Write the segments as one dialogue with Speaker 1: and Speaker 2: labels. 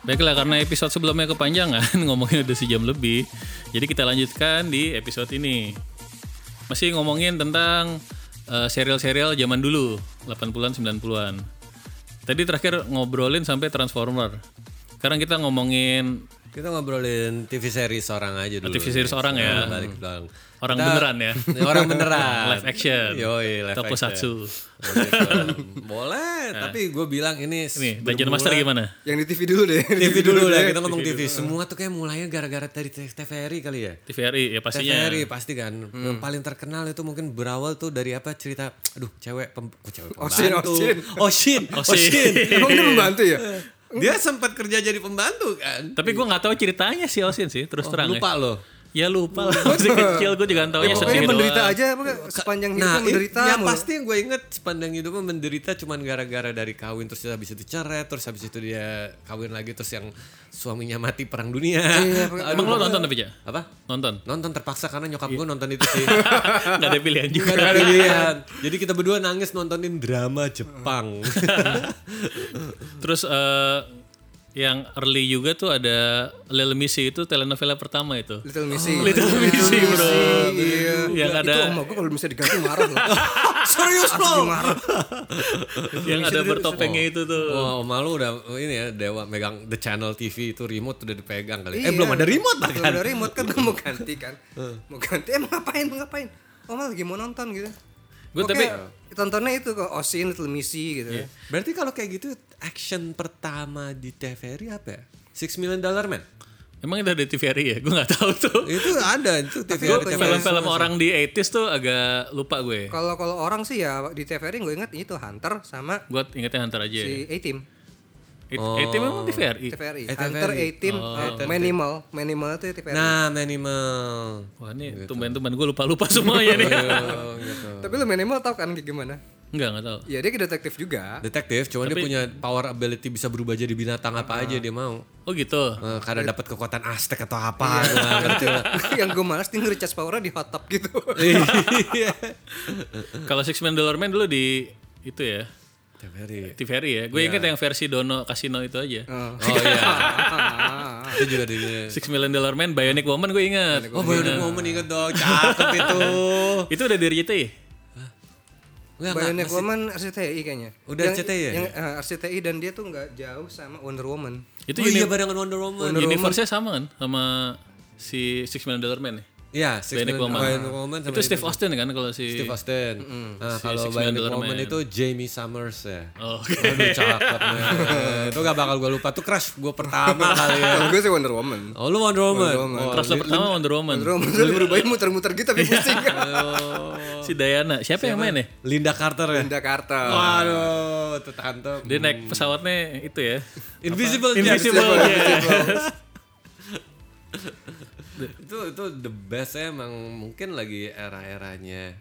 Speaker 1: Baiklah karena episode sebelumnya kepanjangan ngomongin udah sejam lebih. Jadi kita lanjutkan di episode ini. Masih ngomongin tentang eh, serial-serial zaman dulu, 80-an 90-an. Tadi terakhir ngobrolin sampai Transformer. Sekarang kita ngomongin
Speaker 2: Kita ngobrolin TV series orang aja dulu.
Speaker 1: TV series orang ya.
Speaker 2: Nah, Balik dong.
Speaker 1: orang
Speaker 2: Kita-
Speaker 1: beneran ya.
Speaker 2: Orang beneran.
Speaker 1: Live action.
Speaker 2: Yoi, live action.
Speaker 1: Tokusatsu.
Speaker 2: Boleh, tapi gue bilang ini
Speaker 1: Nih, Dungeon Master gimana?
Speaker 3: Yang di TV dulu deh.
Speaker 2: TV dulu lah kita ngomong TV. Semua tuh kayak mulainya gara-gara dari TVRI kali ya.
Speaker 1: TVRI ya pastinya.
Speaker 2: TVRI pasti kan.
Speaker 1: Hmm.
Speaker 2: Yang paling terkenal itu mungkin berawal tuh dari apa cerita aduh cewek pem, kok cewek
Speaker 1: Oh,
Speaker 2: Oh,
Speaker 3: Oshin,
Speaker 2: pembantu.
Speaker 3: Oshin.
Speaker 2: Oshin,
Speaker 1: Oshin.
Speaker 2: Oshin.
Speaker 3: Emang dia membantu ya?
Speaker 2: Dia sempat kerja jadi pembantu kan.
Speaker 1: Tapi gue nggak tahu ceritanya sih Osin sih, terus terang
Speaker 2: Oh, Lupa loh.
Speaker 1: ya. Ya lupa lah, masih kecil gue juga nggak tahu ya.
Speaker 3: Pokoknya
Speaker 1: sedikit
Speaker 3: menderita
Speaker 1: doang.
Speaker 3: aja emang sepanjang hidupnya
Speaker 2: Nah, itu
Speaker 3: menderita
Speaker 2: yang
Speaker 3: mulu.
Speaker 2: pasti yang gue inget sepanjang hidupnya menderita cuman gara-gara dari kawin terus habis itu cerai terus habis itu dia kawin lagi terus yang suaminya mati perang dunia.
Speaker 3: Iya,
Speaker 1: Emang lo nonton tapi ya?
Speaker 2: apa?
Speaker 1: Nonton?
Speaker 2: Nonton terpaksa karena
Speaker 3: Iya.
Speaker 2: nyokap gue nonton itu sih.
Speaker 1: Gak ada pilihan juga.
Speaker 2: Gak ada pilihan. Jadi kita berdua nangis nontonin drama Jepang.
Speaker 1: Terus eh, yang early juga tuh ada Little Missy itu telenovela pertama itu.
Speaker 3: Little Missy.
Speaker 1: Little Missy bro.
Speaker 3: Iya.
Speaker 1: Yang
Speaker 3: Itu
Speaker 1: ada
Speaker 3: oma gue kalau misalnya diganti marah loh.
Speaker 2: Serius lo?
Speaker 1: yang ada bertopengnya itu tuh.
Speaker 2: Wah, oma lu udah ini ya dewa megang the channel TV itu remote udah dipegang kali. Eh belum ada remote lah
Speaker 3: Iya. Belum
Speaker 2: kan?
Speaker 3: ada remote kan gue mau ganti kan. Mau ganti emang ngapain mau ngapain? Oma lagi mau nonton gitu.
Speaker 1: Gue
Speaker 3: Oke,
Speaker 1: tapi
Speaker 3: tontonnya itu kok Osin Little Missy gitu. ya.
Speaker 2: Berarti kalau kayak gitu action pertama di TVRI apa ya? Six Million Dollar Man.
Speaker 1: emang itu ada TVRI ya? Gue nggak tahu tuh.
Speaker 2: Itu ada itu
Speaker 1: Gue
Speaker 2: TVRI.
Speaker 1: film-film orang di 80s tuh agak lupa gue.
Speaker 3: Kalau kalau orang sih ya di TVRI gue inget itu Hunter sama
Speaker 1: Gue ingetnya Hunter aja.
Speaker 3: si A Team.
Speaker 1: It, itu memang TVRI.
Speaker 3: TVRI.
Speaker 2: Eh,
Speaker 3: Hunter A
Speaker 2: TVRI.
Speaker 3: Team, eh, Manimal, Manimal itu TVRI.
Speaker 2: Nah, Manimal.
Speaker 1: Wah ini tumben-tumben gue lupa-lupa semuanya nih.
Speaker 2: Oh, gitu.
Speaker 3: Tapi lu Manimal tau kan kayak gimana?
Speaker 1: Enggak, enggak tahu.
Speaker 3: Ya dia detektif juga.
Speaker 2: Detektif, cuman dia punya power ability bisa berubah jadi binatang apa aja dia mau.
Speaker 1: Oh gitu.
Speaker 2: Eh, karena dapat kekuatan Aztec atau apa. gua nggak ngerti.
Speaker 3: yang gue malas tinggal ngecas powernya di hot tub gitu.
Speaker 2: Iya,
Speaker 1: Kalau Six Man Dollar Man dulu di itu ya
Speaker 2: TVRI.
Speaker 1: TVRI ya.
Speaker 2: Iya.
Speaker 1: Gue inget yang versi Dono Kasino itu aja.
Speaker 2: Oh iya. itu juga di
Speaker 1: Six Million Dollar Man, Bionic Woman gue inget.
Speaker 2: Oh, baru ada momen inget dong. Cakep itu.
Speaker 1: Oh, Itu udah ya? di RCTI.
Speaker 2: Enggak, enggak.
Speaker 3: Bionic Woman RCTI kayaknya.
Speaker 2: Udah
Speaker 3: Yang-
Speaker 2: RCTI ya?
Speaker 3: Yang eh, RCTI dan dia tuh nggak jauh sama Wonder Woman.
Speaker 1: Itu
Speaker 2: Oh iya barengan Wonder Woman.
Speaker 1: universe-nya sama kan sama si Six Million Dollar Man ya.
Speaker 2: Iya, Six
Speaker 1: Bionic
Speaker 2: Million-
Speaker 1: Woman.
Speaker 2: Wonder Woman sama
Speaker 1: itu Steve Austin kan kalau si
Speaker 2: Steve Austin. Nah, kalau
Speaker 1: Six Million
Speaker 2: Bionic
Speaker 1: Dollar
Speaker 2: Woman
Speaker 1: Man.
Speaker 2: itu Jamie Summers ya.
Speaker 1: Oh,
Speaker 2: Aduh cakep men. Itu gak bakal gue lupa Tuh crush gue pertama kali ya
Speaker 3: Kalau gue sih Wonder Woman.
Speaker 2: Oh lu Wonder Woman, Oh,
Speaker 1: Terus lo pertama Wonder Woman.
Speaker 3: Wonder Woman tuh berubahnya muter-muter
Speaker 2: Iya.
Speaker 3: gitu tapi pusing.
Speaker 1: Oh. Si Diana. Siapa, yang main ya?
Speaker 2: Linda Carter ya
Speaker 3: Linda Carter.
Speaker 2: Waduh Itu tante
Speaker 1: Dia naik pesawatnya itu ya.
Speaker 2: Invisible Jack.
Speaker 1: Invisible. ya.
Speaker 2: Itu itu the best ya, emang Mungkin lagi era-eranya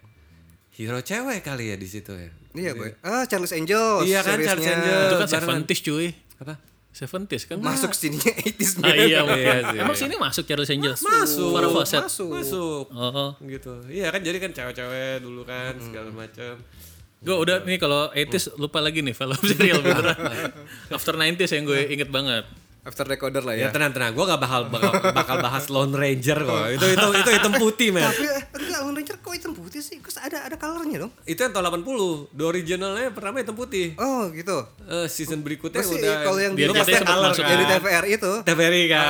Speaker 2: Hero cewek kali ya di situ ya
Speaker 3: Iya gue. Ah Charles Angels.
Speaker 2: Iya kan, Charles
Speaker 3: seriesnya.
Speaker 2: Angels.
Speaker 1: Itu kan
Speaker 2: Barengan.
Speaker 1: 70s cuy.
Speaker 2: Apa?
Speaker 1: 70s kan.
Speaker 3: Masuk sininya 80s
Speaker 1: Ah, iya,
Speaker 2: Iya
Speaker 1: mungkin.
Speaker 2: sih.
Speaker 1: Emang sini masuk Charles Angels?
Speaker 2: Masuk
Speaker 1: Farrah Fawcett.
Speaker 2: Masuk Masuk
Speaker 1: Oh, oh.
Speaker 2: Gitu Iya kan jadi kan cewek-cewek dulu kan Segala macam
Speaker 1: Gue udah nih kalau 80s lupa lagi nih film serial beneran. After 90s yang gue inget banget.
Speaker 3: After Recorder lah
Speaker 2: Ya
Speaker 3: ya.
Speaker 2: tenang tenang, gue gak bakal, bakal bakal bahas Lone Ranger kok. Itu itu itu hitam putih men.
Speaker 3: Tapi eh, enggak Lone Ranger kok hitam putih sih? Kok ada ada colornya dong?
Speaker 2: Itu yang tahun 80. The originalnya pertama hitam putih.
Speaker 3: Oh gitu.
Speaker 2: Eh, season berikutnya
Speaker 3: Pasti
Speaker 2: udah
Speaker 3: kalau yang Ah, di
Speaker 1: Biar
Speaker 3: pasti
Speaker 1: kita sempat
Speaker 3: color
Speaker 1: masuk
Speaker 3: yang di
Speaker 1: kan.
Speaker 3: TVRI itu
Speaker 2: TVRI kan.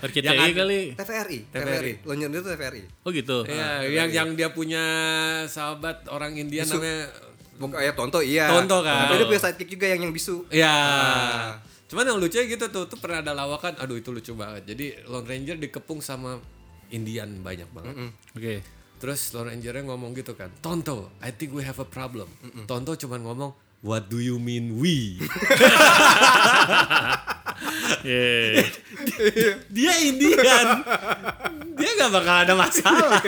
Speaker 2: Yang
Speaker 1: RCTI
Speaker 2: ada-
Speaker 1: kali.
Speaker 3: TVRI, TVRI. Lone Ranger itu TVRI.
Speaker 1: Oh gitu.
Speaker 2: Iya, yang yang dia punya sahabat orang India namanya
Speaker 3: Bukan ya Tonto iya.
Speaker 2: Tonto kan.
Speaker 3: Tapi dia punya sidekick juga yang yang bisu.
Speaker 2: Ya.
Speaker 3: Ah.
Speaker 2: Cuman yang lucunya gitu tuh, tuh pernah ada lawakan, aduh itu lucu banget. Jadi Lone Ranger dikepung sama Indian banyak banget.
Speaker 1: Oke.
Speaker 2: Terus Lone Rangernya ngomong gitu kan, Tonto, I think we have a problem. Tonto cuman ngomong, What do you mean we?
Speaker 1: Yeay.
Speaker 2: dia Indian dia nggak bakal ada masalah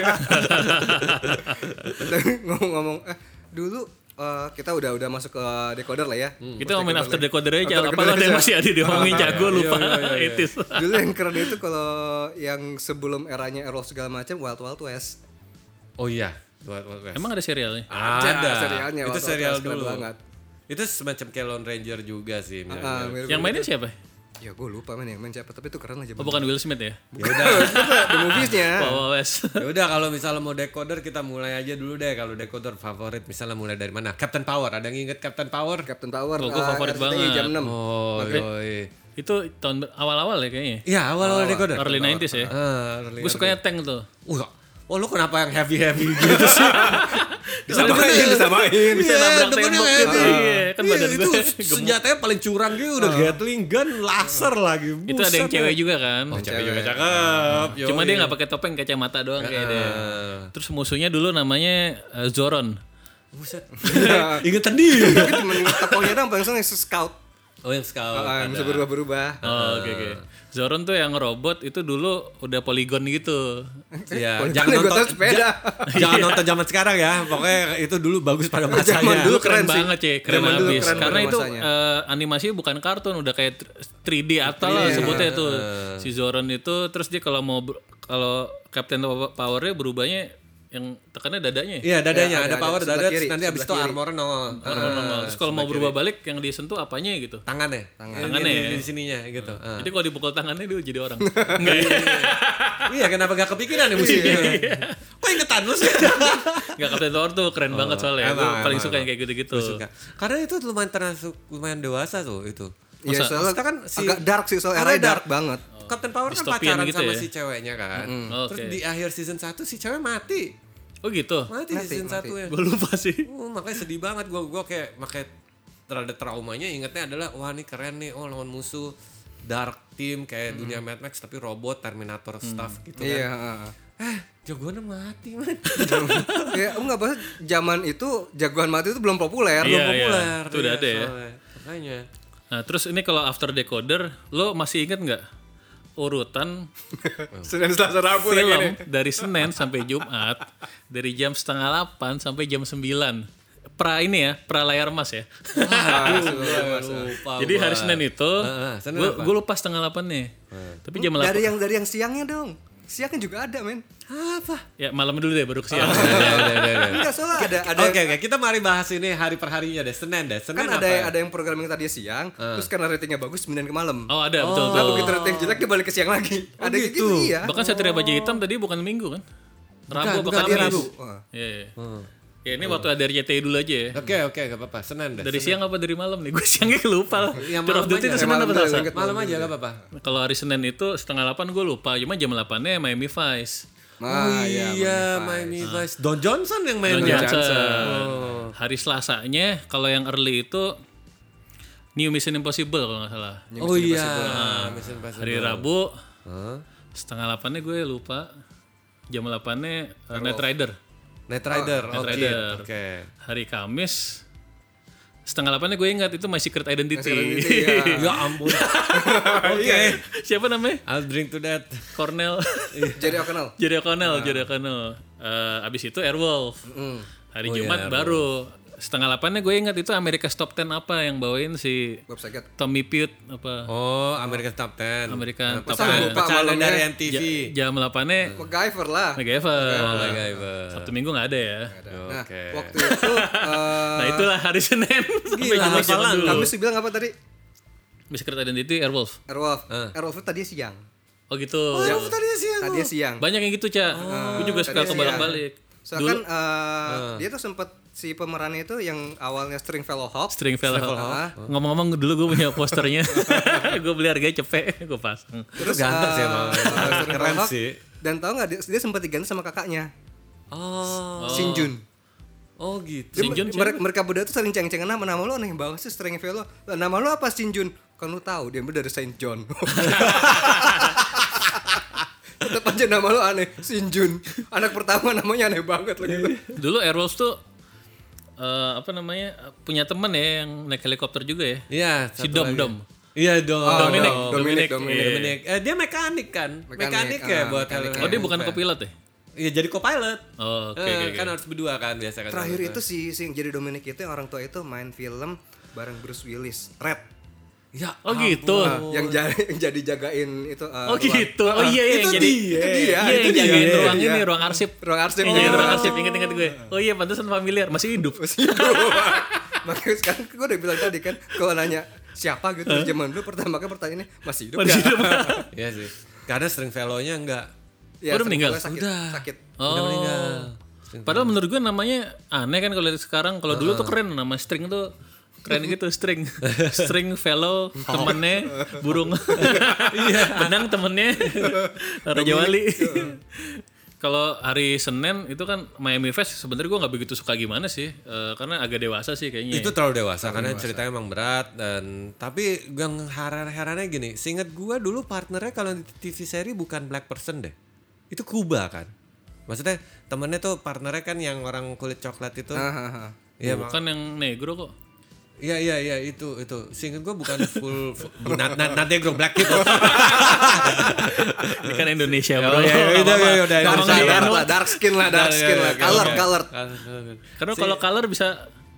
Speaker 3: Tapi ngomong-ngomong eh dulu eh, kita udah udah masuk ke decoder lah ya.
Speaker 1: Kita ngomongin after
Speaker 3: decoder.
Speaker 1: decoder aja,
Speaker 3: After
Speaker 1: apa
Speaker 3: decoder
Speaker 1: lo ada yang
Speaker 3: aja.
Speaker 1: masih ada diomongin jago lupa
Speaker 2: Iya,
Speaker 1: etis.
Speaker 3: Dulu yang keren itu kalau yang sebelum eranya Errol segala macam Wild Wild West.
Speaker 2: Oh iya, Wild Wild West.
Speaker 1: Emang ada serialnya?
Speaker 2: ada.
Speaker 3: serialnya
Speaker 2: Itu
Speaker 3: Wild Wild
Speaker 2: serial
Speaker 3: West, keren
Speaker 2: dulu.
Speaker 3: banget.
Speaker 2: Itu semacam kayak Lone Ranger juga sih. mirip-mirip.
Speaker 3: Ah, mirip-
Speaker 1: Yang mainnya siapa?
Speaker 3: Ya gue lupa men yang main siapa tapi itu keren aja.
Speaker 1: Oh, bukan Will Smith ya?
Speaker 2: Ya udah.
Speaker 3: The moviesnya.
Speaker 1: Wow, Wes.
Speaker 2: Ya udah kalau misalnya mau decoder kita mulai aja dulu deh kalau decoder favorit misalnya mulai dari mana? Captain Power. Ada yang inget Captain Power?
Speaker 3: Captain Power.
Speaker 1: Oh, gua
Speaker 3: eh,
Speaker 1: favorit
Speaker 3: RCTI
Speaker 1: banget.
Speaker 3: Jam 6.
Speaker 2: Oh, yoi.
Speaker 1: Itu tahun ber- awal-awal ya kayaknya.
Speaker 2: Iya, awal-awal decoder.
Speaker 1: Early 90s ya.
Speaker 2: Ah, early-
Speaker 1: Gue sukanya Tank tuh.
Speaker 2: Wah, oh lu kenapa yang heavy-heavy gitu sih?
Speaker 3: Disamain, disamain.
Speaker 1: Iya, Bisa nabrak
Speaker 2: Iya, temennya
Speaker 1: tembok
Speaker 2: heavy.
Speaker 1: gitu. Iya, kan
Speaker 2: Iya,
Speaker 1: badan
Speaker 2: itu
Speaker 1: gue
Speaker 2: senjatanya paling curang gitu udah Gatling gun, laser lagi.
Speaker 1: Ah. Itu ada yang
Speaker 2: Buset,
Speaker 1: cewek juga kan.
Speaker 2: Oh, Cewek juga cakep. yoi.
Speaker 1: Cuma dia nggak pakai topeng kacamata doang kayak dia.
Speaker 2: Ah.
Speaker 1: Terus musuhnya dulu namanya eh, Zoron.
Speaker 2: Buset. Ingetan dia.
Speaker 3: Tapi cuma ingat tokohnya doang paling seneng scout.
Speaker 2: Oh yang scout.
Speaker 3: Ah, yang
Speaker 2: ada.
Speaker 3: bisa berubah-berubah.
Speaker 1: Oh, oke oke. Zoron tuh yang robot itu dulu udah poligon gitu.
Speaker 2: Iya,
Speaker 3: Poligon
Speaker 2: jangan
Speaker 3: yang eh, gua
Speaker 2: nonton
Speaker 3: tahu sepeda.
Speaker 2: ja- jangan nonton zaman sekarang ya. Pokoknya itu dulu bagus pada masanya.
Speaker 3: Zaman dulu
Speaker 1: Keren,
Speaker 3: keren, sih.
Speaker 1: banget sih, keren
Speaker 3: Zaman dulu
Speaker 1: abis.
Speaker 3: keren
Speaker 1: Karena
Speaker 3: pada
Speaker 1: itu
Speaker 3: masanya.
Speaker 1: eh, animasi bukan kartun, udah kayak tr- 3D atau lah
Speaker 3: Iya.
Speaker 1: sebutnya itu. Si Zoron itu terus dia kalau mau ber- kalau Captain Powernya berubahnya yang tekannya dadanya. ya?
Speaker 2: Iya, dadanya
Speaker 3: Ya,
Speaker 2: ada,
Speaker 3: ada,
Speaker 2: power
Speaker 3: ada.
Speaker 2: dada
Speaker 3: Sebelah kiri,
Speaker 2: nanti abis itu
Speaker 3: sebelah kiri. Ah.
Speaker 2: armor nongol. Eh,
Speaker 1: Nah, terus kalau mau berubah balik yang disentuh apanya gitu.
Speaker 2: tangannya. Ini-
Speaker 1: Tangannya
Speaker 2: ini-
Speaker 1: ya.
Speaker 2: ini di sininya gitu. Ah.
Speaker 1: Jadi kalau dipukul tangannya dia jadi orang. Enggak ya.
Speaker 2: Iya, kenapa gak kepikiran ya
Speaker 3: Iya.
Speaker 2: musiknya? Kok ingetan lu sih?
Speaker 1: Enggak Captain Power tuh
Speaker 3: Oh,
Speaker 1: keren banget soalnya.
Speaker 2: emang,
Speaker 1: Gua paling
Speaker 2: emang,
Speaker 1: suka yang kayak gitu-gitu.
Speaker 2: Suka. Karena itu lumayan termasuk lumayan dewasa tuh itu.
Speaker 3: Iya, soalnya
Speaker 2: Maksudnya kan si-
Speaker 3: agak dark sih soalnya
Speaker 2: Karena
Speaker 3: dark,
Speaker 2: dark.
Speaker 3: banget.
Speaker 2: Captain Power kan
Speaker 1: Oh. Dystopian
Speaker 2: pacaran
Speaker 1: gitu
Speaker 2: sama
Speaker 1: ya?
Speaker 2: si ceweknya kan. Terus
Speaker 1: Oke.
Speaker 2: di akhir season 1 si cewek mati.
Speaker 1: Oh gitu.
Speaker 2: Mati, di
Speaker 3: Mati,
Speaker 2: season
Speaker 3: mati.
Speaker 2: 1 ya.
Speaker 1: Gue lupa sih.
Speaker 2: Uh, makanya sedih banget gua gua kayak makanya terhadap traumanya ingetnya adalah wah ini keren nih oh lawan musuh dark team kayak dunia Mad Max tapi robot Terminator
Speaker 1: Mm.
Speaker 2: stuff gitu kan.
Speaker 3: Iya, heeh.
Speaker 2: Eh, jagoannya mati, man.
Speaker 3: ya enggak bahas zaman itu jagoan mati itu belum populer.
Speaker 1: Iya,
Speaker 3: Belum-
Speaker 1: iya. Itu udah
Speaker 2: iya,
Speaker 1: ada ya.
Speaker 2: soalnya. Makanya.
Speaker 1: Nah, terus ini kalau after decoder, lo masih inget nggak urutan
Speaker 3: Senin Selasa Rabu lagi nih.
Speaker 1: film dari Senin sampai Jumat dari jam setengah 8 sampai jam 9 pra ini ya pra layar mas ya
Speaker 2: Lupa
Speaker 1: eh, jadi
Speaker 2: gua.
Speaker 1: hari Senin itu
Speaker 2: Heeh, Senin
Speaker 1: gue
Speaker 2: apa?
Speaker 1: gue lupa setengah 8 nih tapi jam 8
Speaker 3: Dari yang dari yang siangnya dong. Siangnya juga ada, men.
Speaker 2: apa?
Speaker 1: ya malam dulu deh baru ke siang
Speaker 3: Enggak soalnya ada ada
Speaker 2: Oke, Oh, gitu. oke, kita mari bahas ini hari perharinya deh, Senin deh. Senin
Speaker 3: kan
Speaker 2: apa?
Speaker 3: ada ada yang program yang tadi siang, terus karena ratingnya bagus pindahin ke malam.
Speaker 1: oh ada betul
Speaker 3: Nah,
Speaker 1: betul
Speaker 3: begitu rating jelek dia balik ke siang lagi.
Speaker 2: Oh,
Speaker 3: ada kayak gitu, iya.
Speaker 1: bahkan Satria Baja Hitam tadi bukan minggu kan Rabu apa
Speaker 2: bukan,
Speaker 1: Kamis
Speaker 3: Iya, Rabu. Heeh.
Speaker 1: Iya, iya. ya ini waktu ada RCTI dulu aja ya
Speaker 2: Oke, oke, gak apa-apa. Senin deh.
Speaker 1: dari siang apa dari malam nih gue siangnya lupa lah
Speaker 2: Yang
Speaker 1: Tour of
Speaker 2: Iya, Ya, malam
Speaker 1: Duty
Speaker 2: aja.
Speaker 1: itu
Speaker 2: Yang
Speaker 1: Senin
Speaker 3: malam
Speaker 1: apa
Speaker 3: aja,
Speaker 1: Selasa
Speaker 3: ingat.
Speaker 2: Malam aja gak apa-apa.
Speaker 1: Kalau hari Senin itu setengah 8 gue lupa, cuma jam 8-nya Miami Vice.
Speaker 3: Nah,
Speaker 2: oh
Speaker 3: iya,
Speaker 2: iya, Miami Vice. Don Johnson yang main
Speaker 1: Don
Speaker 2: ya?
Speaker 1: Johnson. Oh. Hari Selasanya kalau yang early itu New Mission Impossible kalau nggak salah.
Speaker 2: Oh iya, Mission Impossible.
Speaker 1: Hari Rabu setengah 8-nya gue lupa. Jam 8-nya uh, Knight Rider.
Speaker 2: Night Rider, oke.
Speaker 1: Rider.
Speaker 2: Oke.
Speaker 1: Hari Kamis setengah 8-nya gue ingat itu My Secret Identity.
Speaker 3: Identity, ya.
Speaker 2: Ya ampun. Oke.
Speaker 1: Iya. Siapa namanya?
Speaker 2: I'll drink to that.
Speaker 1: Cornell.
Speaker 3: Jadi O'Connell.
Speaker 1: Jerry O'Connell, Jerry O'Connell. Eh, abis itu Airwolf. Hari Jumat baru setengah delapannya gue ingat itu Amerika Top 10 apa yang bawain si
Speaker 3: Bob Saget.
Speaker 1: Tommy Pute apa
Speaker 2: Oh, American Top 10.
Speaker 1: Amerika Top Ya.
Speaker 3: Masa lupa
Speaker 2: Pecahan
Speaker 3: malamnya?
Speaker 2: dari MTV.
Speaker 1: jam delapannya
Speaker 3: MacGyver lah.
Speaker 1: MacGyver.
Speaker 2: MacGyver.
Speaker 1: Sabtu Minggu nggak ada ya.
Speaker 3: Nah,
Speaker 2: Oke.
Speaker 3: waktu itu eh,
Speaker 1: Nah itulah hari Senin sampai
Speaker 2: Gila,
Speaker 1: Jumat zaman
Speaker 2: hafalan.
Speaker 1: dulu.
Speaker 3: Kamis bilang apa tadi?
Speaker 1: Miss Secret Identity Airwolf.
Speaker 3: Airwolf. Airwolf itu tadi siang.
Speaker 1: Oh gitu.
Speaker 2: Oh, tadi siang.
Speaker 3: Tadi siang.
Speaker 1: Banyak yang gitu cak. gue juga suka
Speaker 3: tadi
Speaker 1: kebalik-balik.
Speaker 3: Soalnya kan eh, dia tuh sempat si pemerannya itu yang awalnya Stringfellow Hawk.
Speaker 1: String fell
Speaker 3: Hawk.
Speaker 1: Ngomong-ngomong dulu gue punya posternya. gue beli harganya cepet, gue pasang.
Speaker 2: Terus ganteng sih emang. Keren
Speaker 3: eh, Hawk.
Speaker 2: sih.
Speaker 3: Dan tau nggak dia, dia sempat diganti sama kakaknya
Speaker 2: Oh,
Speaker 3: Shinjun.
Speaker 2: oh gitu.
Speaker 3: Dia-
Speaker 1: Shinjun,
Speaker 3: mereka, mereka berdua tuh sering ceng-cengan nama nama lu aneh banget sih Stringfellow. Lah, Nama lu apa Shinjun? Kan lu tahu dia ambil dari Saint John. Tetap aja nama lu aneh, Shinjun. Anak pertama namanya aneh banget loh gitu.
Speaker 1: Dulu Airwolf tuh eh, apa namanya eh, punya temen ya yang naik helikopter juga ya.
Speaker 2: Iya,
Speaker 1: Si
Speaker 2: satu
Speaker 1: Dom
Speaker 2: lagi.
Speaker 1: Dom.
Speaker 2: Iya, Dom.
Speaker 3: Oh,
Speaker 1: Dominic,
Speaker 3: Dom.
Speaker 1: Dominic,
Speaker 3: Dominic, Dominic.
Speaker 1: iya.
Speaker 2: Dominic. Eh, dia mekanik kan? Mekanik,
Speaker 3: Mekanik,
Speaker 2: ya
Speaker 3: ah,
Speaker 2: buat
Speaker 3: mekanik.
Speaker 1: Oh
Speaker 2: hal-
Speaker 1: dia bukan kopilot ya?
Speaker 2: ya jadi co-pilot.
Speaker 1: Oh, oke
Speaker 2: Eh,
Speaker 1: oke, oke.
Speaker 2: kan harus berdua kan biasa kan.
Speaker 3: Terakhir
Speaker 1: gitu.
Speaker 3: itu si si yang jadi Dominic itu yang orang tua itu main film bareng Bruce Willis, Red.
Speaker 2: Ya,
Speaker 1: Oh, gitu.
Speaker 3: Nah, yang, jadi, yang jadi jagain itu eh,
Speaker 1: Oh
Speaker 3: ruang-
Speaker 1: gitu. Oh iya iya
Speaker 3: itu
Speaker 1: yang jadi
Speaker 3: dia, itu
Speaker 1: Iya,
Speaker 3: dia, itu
Speaker 1: yang
Speaker 3: dia.
Speaker 1: jagain
Speaker 3: Iya,
Speaker 1: ruang
Speaker 3: iya.
Speaker 1: ini, ruang arsip.
Speaker 3: Ruang arsip.
Speaker 1: Yang jagain ruang
Speaker 3: Oh.
Speaker 1: arsip, inget-inget gue. Oh iya, pantesan familiar, masih hidup.
Speaker 3: Makanya sekarang gue udah bilang tadi kan kalau nanya siapa gitu di zaman dulu pertama kali pertanyaannya masih hidup ya?"
Speaker 1: Masih
Speaker 3: nggak?
Speaker 1: hidup.
Speaker 2: Iya sih. Karena string fellow-nya enggak
Speaker 3: Ya,
Speaker 1: Udah meninggal?
Speaker 3: sebetulnya Sakit,
Speaker 2: Udah.
Speaker 3: sakit.
Speaker 2: udah
Speaker 1: Oh.
Speaker 2: meninggal.
Speaker 1: Padahal menurut gue namanya aneh kan kalau lihat sekarang. Kalau dulu tuh keren nama string tuh keren gitu string string
Speaker 2: Oh.
Speaker 1: fellow temennya burung Iya. benang temennya raja wali kalau hari senin itu kan Miami Vice sebenarnya gue nggak begitu suka gimana sih Eh, karena agak dewasa sih kayaknya
Speaker 2: Itu Iya. terlalu dewasa karena ceritanya emang berat dan tapi yang heran-herannya gini, seingat gua dulu partnernya kalau di TV seri bukan black person deh. Itu Kuba kan. Maksudnya temennya tuh partnernya kan yang orang kulit coklat itu.
Speaker 3: Ah.
Speaker 2: Iya, Bang.
Speaker 1: bukan yang negro kok
Speaker 2: Iya iya iya itu itu. Seingat gua bukan full, full not, not, not negro black gitu.
Speaker 1: ini kan Indonesia
Speaker 2: Ya,
Speaker 1: bro
Speaker 2: ya, ya, udah, ya, udah,
Speaker 1: Nggak
Speaker 2: Dark
Speaker 3: dark,
Speaker 1: apa-apa. Nggak
Speaker 2: udah, udah.
Speaker 3: skin lah,
Speaker 1: apa-apa.
Speaker 3: dark skin lah, dark skin lah, color, color.
Speaker 1: karena kalau color bisa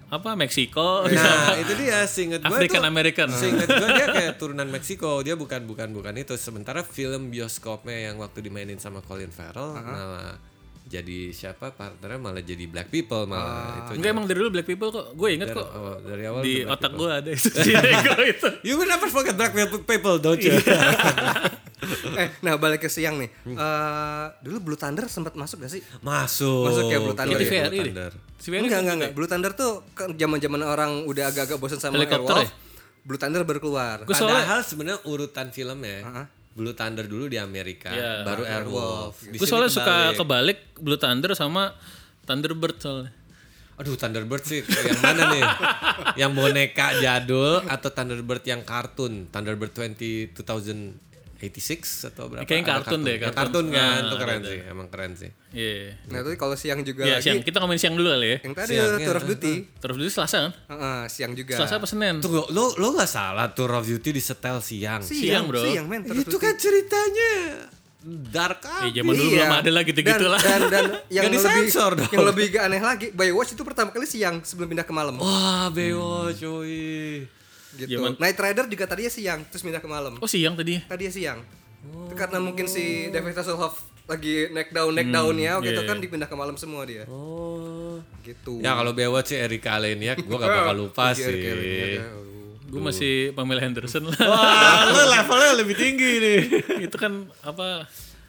Speaker 1: apa Meksiko bisa
Speaker 2: Nah, itu dia seingat gua
Speaker 1: African
Speaker 2: tuh-
Speaker 1: American.
Speaker 2: Seingat gua dia kayak turunan Meksiko, dia bukan bukan bukan itu. Sementara film bioskopnya yang waktu dimainin sama Colin Farrell malah jadi siapa partnernya malah jadi black people malah itu.
Speaker 1: Enggak emang dari dulu black people kok. Gue inget kok.
Speaker 2: Oh, dari
Speaker 1: Ah.
Speaker 2: awal
Speaker 1: di
Speaker 2: iya. black
Speaker 1: otak
Speaker 2: people. Iya,
Speaker 1: gue ada itu si Nego itu.
Speaker 2: You will never forget black people, don't you?
Speaker 1: Iya.
Speaker 3: Eh, nah balik ke siang nih. Eh, dulu Blue Thunder sempat masuk gak sih?
Speaker 2: Masuk. Iya,
Speaker 3: Masuk ya, Blue Thunder
Speaker 1: Itu
Speaker 3: ya,
Speaker 1: VRI deh. Si kan VRI
Speaker 3: Enggak, enggak, enggak. Blue Thunder tuh kan zaman-zaman orang udah agak-agak bosan sama
Speaker 1: Helikopter ya?
Speaker 3: Airwolf. Blue Thunder baru keluar.
Speaker 1: Gua soalnya-
Speaker 2: Padahal sebenarnya urutan filmnya Blue Thunder dulu di Amerika,
Speaker 1: Iya.
Speaker 2: baru Airwolf. Di
Speaker 1: Gue
Speaker 2: sini
Speaker 1: soalnya suka
Speaker 2: kebalik.
Speaker 1: kebalik Blue Thunder sama Thunderbird soalnya.
Speaker 2: Aduh Thunderbird sih yang mana nih? yang boneka jadul atau Thunderbird yang kartun? Thunderbird 20 2086 atau berapa?
Speaker 1: Kayaknya
Speaker 2: Ada
Speaker 1: kartun deh,
Speaker 2: Ya,
Speaker 1: kartun.
Speaker 2: Kartun kan,
Speaker 1: Ah,
Speaker 2: itu keren sih, emang keren sih.
Speaker 1: Iya.
Speaker 3: Nah, tapi kalau siang juga
Speaker 1: Ya
Speaker 3: lagi
Speaker 1: siang. Kita ngomongin siang dulu kali ya.
Speaker 3: yang tadi
Speaker 2: Siang,
Speaker 3: Tour of
Speaker 2: ya.
Speaker 3: Duty.
Speaker 1: Terus dulu Selasa kan?
Speaker 2: Iya.
Speaker 3: Heeh, siang juga.
Speaker 1: Selasa apa Senin?
Speaker 2: Tunggu, lo lo nggak salah Tour of Duty di setel siang.
Speaker 1: siang, bro.
Speaker 3: Siang, men, Tour of Gitu
Speaker 2: itu
Speaker 3: Duty.
Speaker 2: kan ceritanya dark
Speaker 1: Eh
Speaker 2: abis.
Speaker 1: zaman dulu
Speaker 3: Iya.
Speaker 1: belum ada lah gitu-gitu
Speaker 3: Dan-
Speaker 1: lah.
Speaker 3: Dan, dan
Speaker 2: Nggak
Speaker 3: yang lebih
Speaker 2: disensor dong.
Speaker 3: yang lebih gak aneh lagi, Baywatch itu pertama kali siang sebelum pindah ke malam.
Speaker 1: Oh,
Speaker 2: Wah,
Speaker 1: Hmm.
Speaker 2: bewo cuy.
Speaker 3: gitu.
Speaker 1: Zaman-
Speaker 3: Night Rider juga tadinya siang, terus pindah ke malam.
Speaker 1: iya, Oh siang tadi.
Speaker 3: tadi ya siang Itu karena mungkin si David Hasselhoff lagi neck down neck down ya
Speaker 1: Hmm,
Speaker 3: gitu
Speaker 1: iya,
Speaker 3: kan dipindah ke malam semua dia
Speaker 2: Oh.
Speaker 3: gitu
Speaker 2: Ya kalau bewo sih Erika Aleniak gue gak bakal lupa
Speaker 3: Iya,
Speaker 2: sih.
Speaker 3: iya, iya, iya.
Speaker 1: Gue masih Pamela Henderson lah.
Speaker 2: Wah, Ah, lo levelnya lebih tinggi nih.
Speaker 1: itu kan apa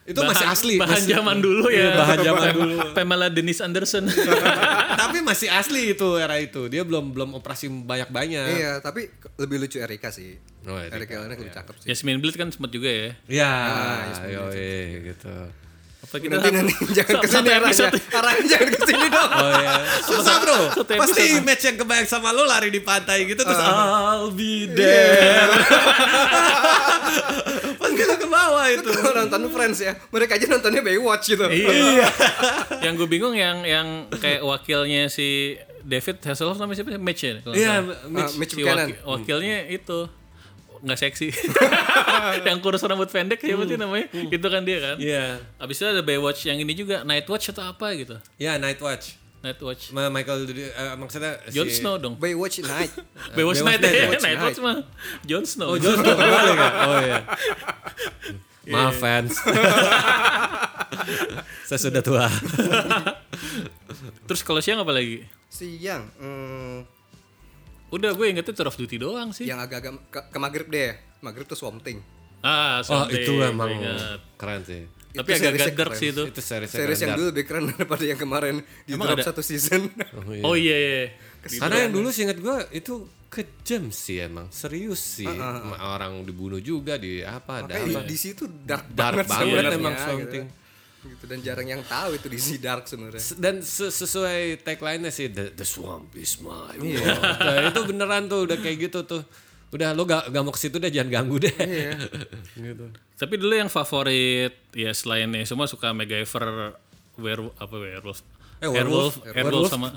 Speaker 2: Itu masih asli,
Speaker 1: bahan
Speaker 2: masih-
Speaker 1: zaman dulu ya
Speaker 2: Iya, bahan zaman
Speaker 1: Pam- Pamela Denise Anderson
Speaker 2: tapi masih asli itu era itu dia belum belum operasi banyak banyak
Speaker 3: iya tapi ke- lebih lucu Erika sih
Speaker 2: Oh, Erika,
Speaker 3: Erika Elena lebih cakep sih
Speaker 1: Yasmin Bleed kan sempat juga ya
Speaker 2: ya
Speaker 3: Nah, iya,
Speaker 2: yoi, gitu
Speaker 1: apa kita
Speaker 3: nanti nanti jangan
Speaker 1: satu-
Speaker 2: ya,
Speaker 3: kesini
Speaker 1: satu
Speaker 3: arahnya
Speaker 1: episode.
Speaker 3: arahnya ya. jangan kesini dong
Speaker 2: oh ya susah bro
Speaker 1: Satu episode.
Speaker 2: pasti match yang kebayang sama lo lari di pantai gitu terus
Speaker 3: Ah.
Speaker 2: I'll be
Speaker 1: Iya.
Speaker 2: there pas kita ke bawah itu
Speaker 3: Kalau nonton Friends ya mereka aja nontonnya Baywatch gitu
Speaker 1: Iya. yang gue bingung yang yang kayak wakilnya si David Hasselhoff namanya siapa? Mitch ya? kalau nggak
Speaker 2: iya
Speaker 1: salah.
Speaker 3: Ah,
Speaker 2: Mitch Hmm.
Speaker 3: Mitch
Speaker 1: Si
Speaker 3: Buchanan
Speaker 1: waki- wakilnya itu nggak seksi. yang kurus rambut pendek siapa sih namanya? Itu kan dia kan.
Speaker 2: Hmm. iya
Speaker 1: Abis itu ada Baywatch yang ini juga Night Watch atau apa gitu.
Speaker 2: ya Night Watch
Speaker 1: Night Watch.
Speaker 2: Ma- Michael eh, maksudnya si-
Speaker 1: Jon Snow dong.
Speaker 3: Baywatch Night
Speaker 1: Baywatch,
Speaker 2: Baywatch
Speaker 1: Night
Speaker 2: Night,
Speaker 1: ya.
Speaker 2: Baywatch
Speaker 1: Night Watch mah Jon Snow.
Speaker 2: Oh, Jon Snow kembali nggak? Oh iya.
Speaker 1: Iya.
Speaker 2: Maaf fans. Saya sudah tua.
Speaker 1: Terus kalau siang apa lagi?
Speaker 3: siang hmm,
Speaker 1: Udah gue ingetnya Tour of Duty doang sih.
Speaker 3: yang agak-agak ke, ke maghrib deh maghrib tuh Swamp Thing
Speaker 1: Ah,
Speaker 2: Oh,
Speaker 1: Sunday,
Speaker 2: itu
Speaker 1: gue
Speaker 2: emang
Speaker 1: ingat.
Speaker 2: keren sih.
Speaker 1: Tapi
Speaker 3: Itu
Speaker 1: agak-agak
Speaker 3: seriesnya
Speaker 1: dark
Speaker 3: keren.
Speaker 1: sih itu.
Speaker 2: Itu series,
Speaker 3: series yang dulu lebih keren daripada yang kemarin di
Speaker 1: Emang
Speaker 3: drop
Speaker 1: ada?
Speaker 3: satu season
Speaker 1: Oh iya. iya.
Speaker 2: Karena yang dulu seingat gue itu kejam sih emang serius sih Ma- orang dibunuh juga di apa ada
Speaker 3: Kayak
Speaker 2: apa
Speaker 3: di- di situ dark,
Speaker 2: dark
Speaker 3: banget,
Speaker 2: banget
Speaker 3: sebenarnya,
Speaker 2: emang
Speaker 3: gitu.
Speaker 2: something.
Speaker 3: Gitu, dan jarang yang tahu itu di sini dark sebenarnya.
Speaker 2: Se- dan se- sesuai tagline-nya sih the, the swamp is my world Nah, itu beneran tuh udah kayak gitu tuh udah lo gak, gak mau ke situ deh jangan ganggu deh gitu
Speaker 1: Tapi dulu yang favorit ya selain ini semua suka MacGyver, werewolf apa werewolf,
Speaker 2: Eh,
Speaker 1: werewolf,
Speaker 2: werewolf.
Speaker 1: werewolf sama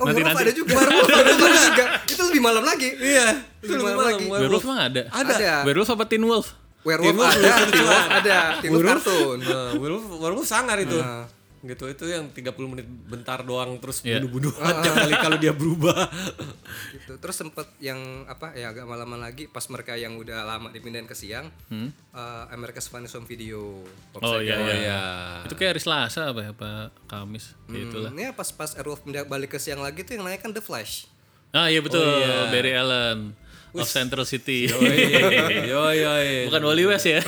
Speaker 3: Oh, werewolf ada juga. Werewolf ada juga. Itu lebih malam lagi.
Speaker 2: iya
Speaker 3: Lebih malam lagi.
Speaker 2: eh,
Speaker 1: werewolf emang ada.
Speaker 3: Ada.
Speaker 1: Werewolf apa Teen Wolf?
Speaker 3: Werewolf
Speaker 2: Werewolf
Speaker 3: ada,
Speaker 2: lucu-lucuan.
Speaker 3: Teen Wolf ada, Teen Wolf kartun.
Speaker 2: Nah, werewolf werewolf sangar itu gitu itu yang 30 menit bentar doang terus
Speaker 1: Iya.
Speaker 2: bunuh-bunuhan tiap kali kalau dia berubah
Speaker 3: gitu terus sempet yang apa ya agak malaman lagi pas mereka yang udah lama dipindahin ke siang eh, America's Funniest Home Video
Speaker 1: Hmm? Oh
Speaker 3: Hmm,
Speaker 1: iya
Speaker 2: Oh
Speaker 1: iya.
Speaker 2: iya. Hmm.
Speaker 1: Itu kayak hari Selasa apa ya, apa Kamis gitu lah.
Speaker 3: ini ya pas pas Airwolf pindah balik ke siang lagi tuh yang naik kan The Flash
Speaker 1: Ah iya betul, Barry Allen of Central City.
Speaker 2: Oh, Yoi, yoi.
Speaker 1: Bukan Wally West ya.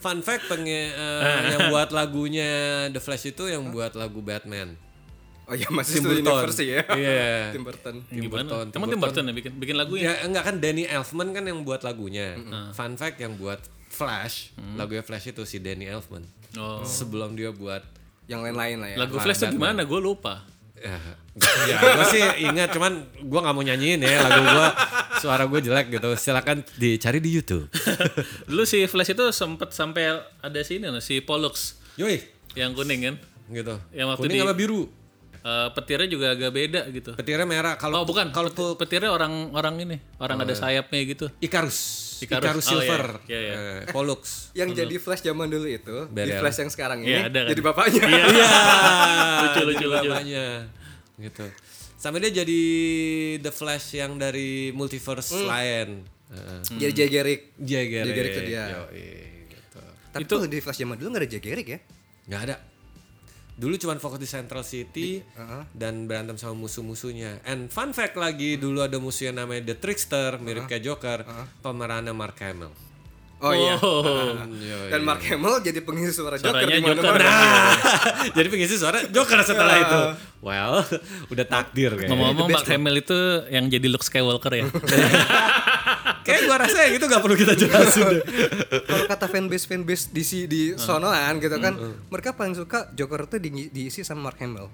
Speaker 2: Fun fact penge- eh, yang buat lagunya The Flash itu yang buat lagu Batman.
Speaker 3: oh ya masih
Speaker 2: Tim
Speaker 3: itu
Speaker 2: Burton.
Speaker 3: universe ya
Speaker 2: Iya.
Speaker 3: Tim Burton
Speaker 2: Tim Burton,
Speaker 1: Gimana?
Speaker 2: Tim
Speaker 1: Teman Tim Burton ya bikin bikin lagu ya.
Speaker 2: Ya enggak kan Danny Elfman kan yang buat lagunya. Fun fact yang buat Flash, lagunya Flash itu si Danny Elfman.
Speaker 1: Oh.
Speaker 2: Sebelum dia buat
Speaker 3: yang lain-lain lah ya
Speaker 2: Iya,
Speaker 1: Lagu Flash tuh gimana? Gue lupa.
Speaker 2: ya, ya gue sih ingat cuman gue nggak mau nyanyiin ya lagu gue suara gue jelek gitu silakan dicari di YouTube
Speaker 1: Dulu si Flash itu sempet sampai ada sini loh, si Pollux
Speaker 2: yoi
Speaker 1: yang kuning kan.
Speaker 2: gitu
Speaker 1: Yang waktu
Speaker 2: kuning
Speaker 1: di-
Speaker 2: sama biru
Speaker 1: Eh, petirnya juga agak beda gitu.
Speaker 2: petirnya
Speaker 1: Oh
Speaker 2: merah kalau
Speaker 1: bukan, kalau petirnya orang orang ini, orang ada sayapnya gitu.
Speaker 2: Icarus.
Speaker 1: Icarus.
Speaker 2: Icarus,
Speaker 1: Oh,
Speaker 2: Silver,
Speaker 1: iya. Iya,
Speaker 2: Eh, Pollux.
Speaker 3: yang jadi Flash zaman dulu itu di
Speaker 2: Barry
Speaker 3: Flash yang sekarang ini
Speaker 1: Iya, ada kan?
Speaker 3: jadi bapaknya
Speaker 1: Iya. lucu lucu
Speaker 2: Jadi
Speaker 3: Iya.
Speaker 1: lucu.
Speaker 2: bapaknya. gitu. Sampai dia jadi The Flash yang dari multiverse lain. Heeh.
Speaker 3: jadi Jay Garrick
Speaker 2: Jagger.
Speaker 3: Jagger itu Hmm. dia.
Speaker 2: Yoi, gitu.
Speaker 3: tapi
Speaker 1: Itu-
Speaker 3: tuh di Flash zaman dulu nggak ada Jay Garrick ya
Speaker 2: Nggak ada. Dulu cuman fokus di Central City
Speaker 3: Heeh.
Speaker 2: dan berantem sama musuh-musuhnya. And fun fact lagi dulu ada musuh yang namanya The Trickster, mirip kayak Joker, pemerannya Mark Hamill.
Speaker 3: oh, iya
Speaker 1: Oh.
Speaker 2: Yoi.
Speaker 3: dan Mark Hamill jadi pengisi suara Joker
Speaker 1: Suaranya
Speaker 3: di
Speaker 1: Joker.
Speaker 3: mana-mana
Speaker 2: Iya.
Speaker 1: Nah,
Speaker 2: Jadi pengisi suara Joker setelah itu. Well, udah takdir kayaknya.
Speaker 1: Ngomong-ngomong Mark Hamill itu yang jadi Luke Skywalker ya.
Speaker 2: Kayak gua rasa yang itu gak perlu kita jelasin deh.
Speaker 3: kalau kata fanbase fanbase di si- di sonoan gitu kan mereka paling suka Joker tuh di- diisi sama Mark Hamill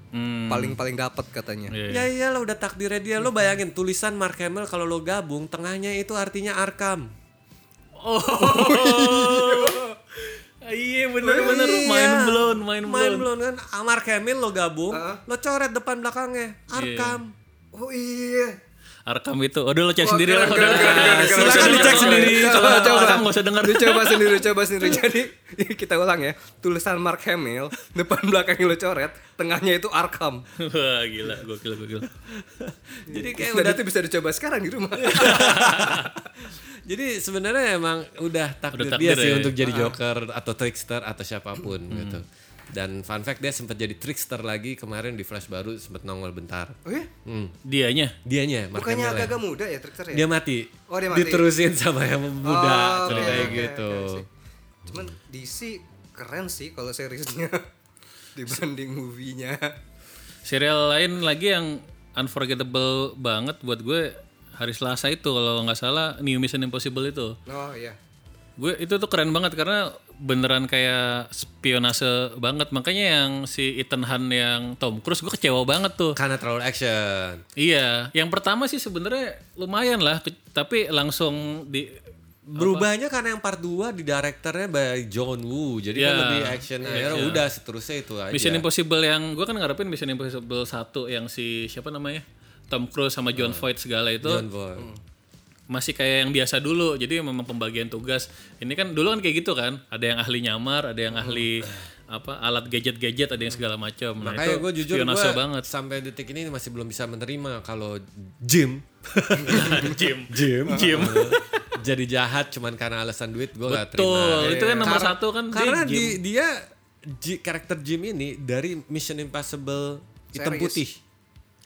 Speaker 3: paling paling dapat katanya
Speaker 2: Ya iyalah udah takdirnya dia. Lo bayangin tulisan Mark Hamill kalau lo gabung tengahnya itu artinya Arkham.
Speaker 1: Iya bener-bener mind blown, mind blown.
Speaker 2: Main belum kan Ah, Mark Hamill lo gabung, lo coret depan belakangnya Arkham.
Speaker 3: oh iya
Speaker 1: Arkam itu, udah lo cek sendiri lah.
Speaker 3: keren,
Speaker 1: udah.
Speaker 3: keren, keren,
Speaker 1: Nggak
Speaker 3: keren,
Speaker 1: usah
Speaker 2: keren.
Speaker 1: denger,
Speaker 2: Silakan
Speaker 1: nggak
Speaker 2: dicek sendiri.
Speaker 1: usah.
Speaker 3: coba
Speaker 1: Orang
Speaker 3: coba
Speaker 1: nggak usah dengar.
Speaker 3: coba sendiri coba sendiri jadi kita ulang ya tulisan Mark Hamill depan belakang lo coret tengahnya itu Arkham
Speaker 1: Wah gila, gokil gokil.
Speaker 2: Jadi kayak
Speaker 3: dan
Speaker 2: Iya, udah
Speaker 3: itu bisa dicoba sekarang di rumah
Speaker 2: jadi sebenarnya emang udah takdir,
Speaker 1: Udah
Speaker 2: Ah. dia
Speaker 1: takdir
Speaker 2: sih
Speaker 1: ya.
Speaker 2: untuk jadi Joker atau Trickster atau siapapun gitu. Dan fun fact dia sempat jadi Trickster lagi kemarin di Flash baru sempat nongol bentar. Hmm.
Speaker 3: oh iya
Speaker 1: Dianya.
Speaker 2: Dianya Mark
Speaker 3: bukannya
Speaker 2: Hamill-nya.
Speaker 3: agak-agak muda ya Trickster ya
Speaker 2: dia mati.
Speaker 3: Oh, dia mati.
Speaker 2: Diterusin sama yang muda
Speaker 3: Oh, oke,
Speaker 2: ceritanya
Speaker 3: oke,
Speaker 2: gitu.
Speaker 3: oke, sih. cuman DC keren sih kalau seriesnya dibanding movie-nya
Speaker 1: Serial lain lagi yang unforgettable banget buat gue hari Selasa itu kalau nggak salah New Mission Impossible itu.
Speaker 3: oh iya
Speaker 1: Gue itu tuh keren banget karena beneran kayak spionase banget. Makanya yang si Ethan Hunt yang Tom Cruise gue kecewa banget tuh.
Speaker 2: Karena terlalu action.
Speaker 1: Iya, yang pertama sih sebenarnya lumayan lah, ke- tapi langsung di
Speaker 2: Berubahnya karena yang part 2 di direkturnya by John Woo. Jadi kan
Speaker 1: Ya.
Speaker 2: lebih action akhirnya udah seterusnya itu aja.
Speaker 1: Mission Impossible yang gue kan ngarepin Mission Impossible 1 yang si siapa namanya? Tom Cruise sama John Voight segala itu
Speaker 2: John Boy.
Speaker 1: Hmm. masih kayak yang biasa dulu. Jadi memang pembagian tugas. Ini kan dulu kan kayak gitu kan, ada yang ahli nyamar, ada yang ahli apa alat gadget-gadget, ada yang segala macam. Nah,
Speaker 2: Kayak
Speaker 1: itu
Speaker 2: gue jujur
Speaker 1: spionase
Speaker 2: gue
Speaker 1: banget.
Speaker 2: sampai detik ini masih belum bisa menerima kalau Jim
Speaker 1: Jim.
Speaker 2: Jim
Speaker 1: Jim.
Speaker 2: jadi jahat cuman karena alasan duit gue gak terima.
Speaker 1: Betul, itu kan nomor satu kan dia
Speaker 2: Karena
Speaker 1: Jim.
Speaker 2: di, dia Ji- karakter Jim ini dari Mission Impossible hitam
Speaker 3: Series.
Speaker 2: putih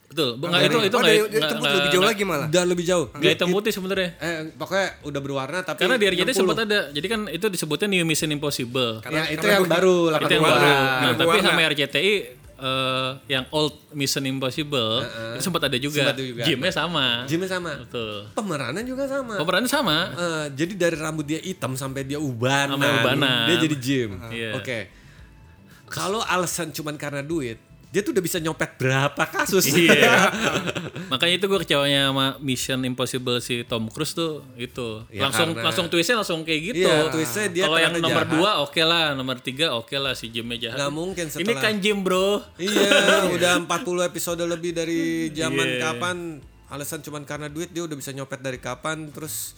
Speaker 1: Betul. Enggak itu itu
Speaker 3: Oh,
Speaker 1: nggak-
Speaker 3: dari- dari
Speaker 1: nggak-
Speaker 3: tempat
Speaker 1: nggak-
Speaker 3: lebih jauh lagi malah
Speaker 2: dan lebih jauh.
Speaker 1: nggak hitam putih sebenarnya.
Speaker 2: Eh pokoknya udah berwarna tapi
Speaker 1: Karena di RCTI
Speaker 2: 60.
Speaker 1: sempat ada. Jadi kan itu disebutnya New Mission Impossible.
Speaker 2: Ya, itu yang baru
Speaker 1: itu
Speaker 2: 8
Speaker 1: yang
Speaker 2: warna.
Speaker 1: baru.
Speaker 3: warna.
Speaker 1: Nah, tapi
Speaker 3: Warna.
Speaker 1: sama RCTI eh, yang old Mission Impossible itu sempat ada juga.
Speaker 2: Sempat juga.
Speaker 1: Jimnya sama.
Speaker 2: Jimnya sama.
Speaker 1: Betul.
Speaker 2: Pemerannya juga sama.
Speaker 1: Pemerannya sama.
Speaker 2: Eh, jadi dari rambut dia hitam sampai dia ubanan.
Speaker 1: Sampai ubanan.
Speaker 2: Dia jadi Jim.
Speaker 1: Iya.
Speaker 2: Oke. Kalau alasan cuman karena duit, dia tuh udah bisa nyopet berapa kasus.
Speaker 1: Iya. Makanya itu gue kecewanya sama Mission Impossible si Tom Cruise tuh itu.
Speaker 2: Ya,
Speaker 1: langsung
Speaker 2: karena-
Speaker 1: langsung twistnya langsung kayak gitu.
Speaker 2: Iya, twistnya dia
Speaker 1: Kalau yang
Speaker 2: ternyata
Speaker 1: nomor
Speaker 2: jahat.
Speaker 1: dua oke lah, nomor tiga oke lah si Jimnya jahat.
Speaker 2: Nggak mungkin
Speaker 1: Ini
Speaker 2: setelah-
Speaker 1: kan Jim bro.
Speaker 2: Iya, udah 40 episode lebih dari
Speaker 1: Iya.
Speaker 2: zaman kapan alasan cuman karena duit dia udah bisa nyopet dari kapan terus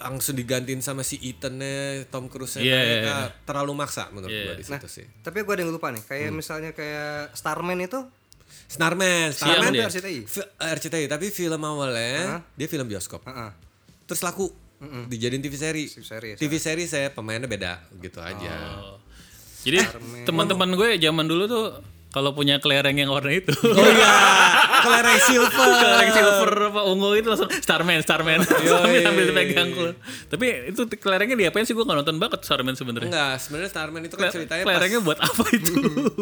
Speaker 2: langsung digantiin sama si Ethan-nya, Tom Cruise-nya
Speaker 1: Iya,
Speaker 2: mereka
Speaker 1: iya,
Speaker 2: terlalu maksa menurut
Speaker 1: Iya.
Speaker 2: gua di situ sih.
Speaker 3: Tapi gue ada yang lupa nih,
Speaker 1: Hmm.
Speaker 3: kayak misalnya kayak Starman itu
Speaker 1: Iya,
Speaker 2: Snarman,
Speaker 1: Siang
Speaker 2: Snarman
Speaker 1: dia.
Speaker 2: tuh RCTI. Fi- eh, RCTI, tapi film awalnya dia film bioskop.
Speaker 3: Heeh.
Speaker 2: Terus laku dijadiin TV series.
Speaker 3: TV series,
Speaker 2: TV series saya pemainnya beda gitu aja.
Speaker 1: Oh. Jadi teman-teman gue zaman dulu tuh kalau punya kelereng yang warna itu,
Speaker 2: Oh iya, Clarence Silver.
Speaker 1: kelereng silver apa ungu itu langsung Starman, Starman
Speaker 2: Iya,
Speaker 1: sambil sambil dipegang kulit. Tapi itu kelerengnya diapain sih gue nggak nonton banget Starman sebenarnya.
Speaker 2: Enggak, sebenarnya Starman itu kan
Speaker 1: Kler-
Speaker 2: ceritanya pas
Speaker 1: Kelerengnya buat apa itu?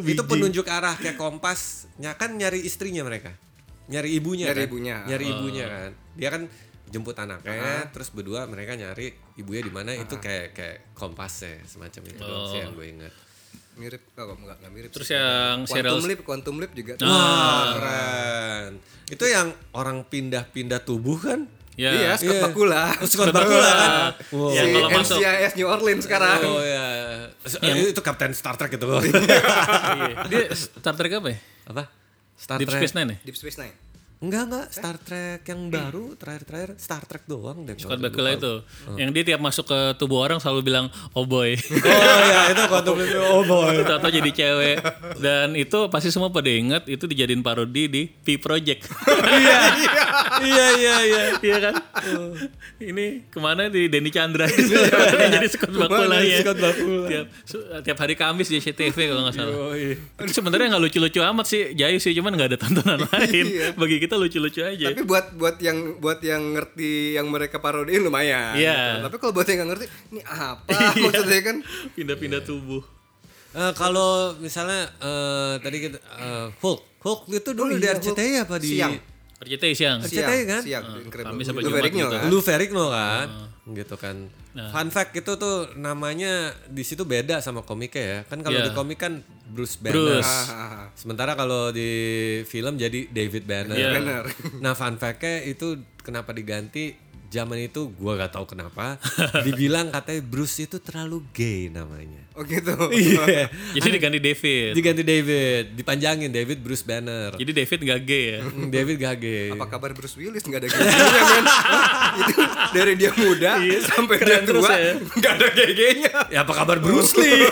Speaker 2: itu penunjuk arah kayak kompas, nya kan nyari istrinya mereka. Nyari ibunya.
Speaker 3: Nyari
Speaker 2: kan?
Speaker 3: ibunya. Oh. Uh-huh.
Speaker 2: Nyari ibunya kan. Dia kan jemput anaknya terus berdua mereka nyari ibunya di mana itu kayak kayak kompasnya semacam itu doang sih yang gue ingat.
Speaker 3: mirip oh, enggak, enggak mirip.
Speaker 1: Terus
Speaker 3: sih.
Speaker 1: yang serial Ah,
Speaker 3: Quantum Leap, Quantum Leap juga.
Speaker 2: Wah, Ah, keren. Itu yang orang pindah-pindah tubuh kan?
Speaker 1: ya.
Speaker 3: Iya, Scott
Speaker 2: Iya.
Speaker 3: Bakula.
Speaker 2: Scott Bakula kan?
Speaker 1: Wow. Ya,
Speaker 3: si
Speaker 1: kalau masuk.
Speaker 3: NCIS New Orleans sekarang.
Speaker 2: Oh ya. Itu Kapten Star Trek itu.
Speaker 1: Iya. Dia Star Trek apa ya?
Speaker 2: Apa? Star
Speaker 1: Deep
Speaker 2: Trek.
Speaker 1: Space Nine ya?
Speaker 3: Deep Space Nine.
Speaker 2: Enggak enggak Star Trek yang baru terakhir-terakhir Star Trek doang deh.
Speaker 1: Scott Bakula itu. Yang dia tiap masuk ke tubuh orang selalu bilang, oh boy.
Speaker 2: Oh ya itu Quantum Leap. Oh boy.
Speaker 1: Tata jadi cewek. Dan itu pasti semua pada inget, itu dijadiin parodi di V Project.
Speaker 2: Iya. Iya iya iya. Oh.
Speaker 1: Iya kan? Ini kemana di Denny Chandra itu.
Speaker 2: Iya.
Speaker 1: Dia jadi Scott Bakula ya.
Speaker 2: Scott Bakula. Iya.
Speaker 1: Tiap, su- tiap hari Kamis di CTV kalau nggak salah.
Speaker 2: Oh,
Speaker 1: Itu sebenarnya nggak lucu-lucu amat sih, Jayu sih cuman nggak ada
Speaker 2: Iya.
Speaker 1: tontonan lain. Bagi kita lucu-lucu aja.
Speaker 3: Tapi buat buat yang buat yang ngerti yang mereka parodiin lumayan.
Speaker 1: Iya.
Speaker 3: gitu. Tapi kalau buat yang nggak ngerti, ini apa maksudnya kan?
Speaker 1: Pindah-pindah
Speaker 2: Iya.
Speaker 1: tubuh.
Speaker 2: Eh, kalau misalnya eh, tadi kita eh, Hulk, Hulk itu dulu
Speaker 3: Oh,
Speaker 2: di
Speaker 3: iya,
Speaker 2: RCTI apa di
Speaker 3: Siang.
Speaker 1: RCTI siang.
Speaker 2: RCTI kan?
Speaker 3: Siang, Incredible.
Speaker 1: Kamis apa Oh,
Speaker 3: Lou
Speaker 1: Jumat
Speaker 3: Ferrigno
Speaker 1: gitu.
Speaker 3: kan?
Speaker 2: Lou Ferrigno kan? Gitu kan. Fun fact itu tuh namanya di situ beda sama komiknya ya. Kan kalau
Speaker 1: Iya.
Speaker 2: di komik kan Bruce Banner.
Speaker 1: Bruce.
Speaker 3: Ah, ah, ah.
Speaker 2: Sementara kalau di film jadi David Banner.
Speaker 1: Iya.
Speaker 3: Banner.
Speaker 2: Nah fun fact-nya itu kenapa diganti zaman itu gua gak tahu kenapa dibilang katanya Bruce itu terlalu gay namanya.
Speaker 3: Oh gitu.
Speaker 2: Iya.
Speaker 1: Jadi diganti David.
Speaker 2: Diganti David, dipanjangin David Bruce Banner.
Speaker 1: Jadi David nggak gay ya.
Speaker 2: Hmm, David gak gay.
Speaker 3: Apa kabar Bruce Willis nggak ada gayanya men? Itu dari dia muda sampai dia
Speaker 1: Iya. Keren terus
Speaker 3: tua
Speaker 1: ya.
Speaker 3: nggak ada gayanya.
Speaker 2: Ya apa kabar Bruce Lee?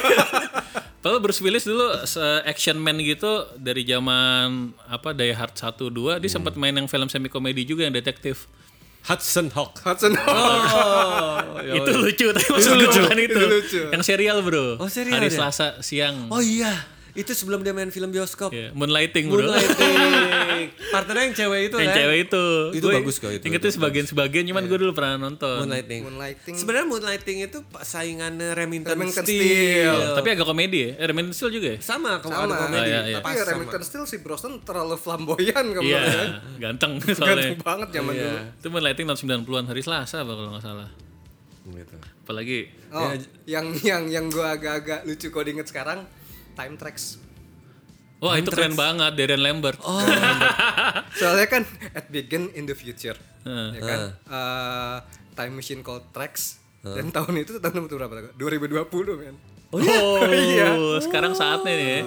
Speaker 1: Padahal Bruce Willis dulu se- action man gitu dari zaman apa Die Hard 1 2
Speaker 2: Hmm.
Speaker 1: dia sempat main yang film semi komedi juga yang detektif.
Speaker 2: Hudson Hawk.
Speaker 3: Hudson Hawk.
Speaker 2: Oh, ya.
Speaker 1: itu lucu tapi maksud gue
Speaker 2: lucu.
Speaker 1: bukan itu.
Speaker 3: Itu lucu.
Speaker 1: Yang serial, Bro.
Speaker 2: Oh, serial
Speaker 1: Hari
Speaker 2: ya?
Speaker 1: Selasa siang.
Speaker 2: oh iya, itu sebelum dia main film bioskop.
Speaker 1: Ya, Moonlighting, Bro.
Speaker 2: Moonlighting. Partnernya yang cewek itu
Speaker 1: yang
Speaker 2: kan?
Speaker 1: cewek itu.
Speaker 2: Itu bagus kok, itu-
Speaker 1: Ingat
Speaker 2: itu
Speaker 1: sebagian-sebagian cuman gue dulu pernah nonton.
Speaker 2: Moonlighting.
Speaker 3: Moonlighting.
Speaker 2: Sebenarnya Moonlighting itu pa- saingannya Remington,
Speaker 3: Remington
Speaker 2: Steel.
Speaker 3: Steel.
Speaker 1: Tapi agak komedi ya. Eh, Remington Steel juga ya?
Speaker 2: Sama kalau
Speaker 3: Sama.
Speaker 2: ada komedi.
Speaker 1: Iya, iya.
Speaker 3: Tapi
Speaker 2: Pas
Speaker 3: ya
Speaker 2: sama.
Speaker 3: Remington Steel si Brosnan terlalu flamboyan kamu.
Speaker 1: Iya,
Speaker 3: kan?
Speaker 1: ganteng
Speaker 3: Ganteng
Speaker 1: soalnya. iya.
Speaker 3: banget zaman dulu.
Speaker 1: Itu Moonlighting tahun 90-an hari Selasa apa kalau nggak salah.
Speaker 2: Gitu.
Speaker 1: Apalagi
Speaker 3: Oh, yang yang yang gua agak-agak lucu kalau diinget sekarang time tracks.
Speaker 1: Wah itu keren banget Darren Lambert. Oh,
Speaker 3: Soalnya kan at begin in the future. Ya kan? Eh, time machine called tracks. Dan tahun itu tahun berapa? 2020, men.
Speaker 1: Oh, sekarang saatnya nih. ya.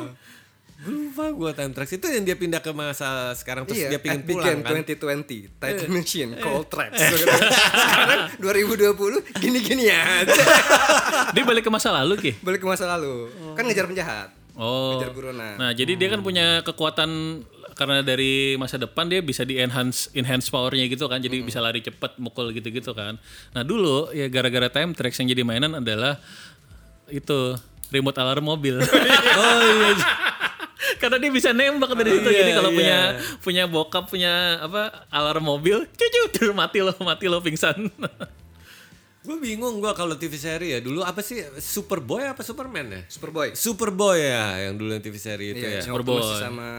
Speaker 2: Gue lupa gue time tracks itu yang dia pindah ke masa sekarang terus dia pingin
Speaker 3: Iya, at
Speaker 2: pulang
Speaker 3: begin
Speaker 2: kan.
Speaker 3: 2020, time machine called tracks. sekarang 2020 gini-gini aja.
Speaker 1: Dia balik ke masa lalu ki.
Speaker 3: Balik ke masa lalu. Kan ngejar penjahat.
Speaker 1: Oh.
Speaker 3: Ngejar buronan.
Speaker 1: Nah jadi dia kan punya kekuatan karena dari masa depan dia bisa di enhance enhance powernya gitu kan. Jadi bisa lari cepat, mukul gitu-gitu kan. Nah dulu ya gara-gara time tracks yang jadi mainan adalah itu remote alarm mobil. oh iya. Karena dia bisa nembak dari situ. Jadi kalau punya punya bokap punya apa alarm mobil, cucu mati lo, mati lo pingsan.
Speaker 2: Gue bingung gue kalau TV seri ya dulu apa sih Superboy apa Superman ya?
Speaker 3: Superboy.
Speaker 2: Superboy ya yang dulu yang TV seri itu ya.
Speaker 3: Iya,
Speaker 1: Superboy.
Speaker 3: Superboy. Masih sama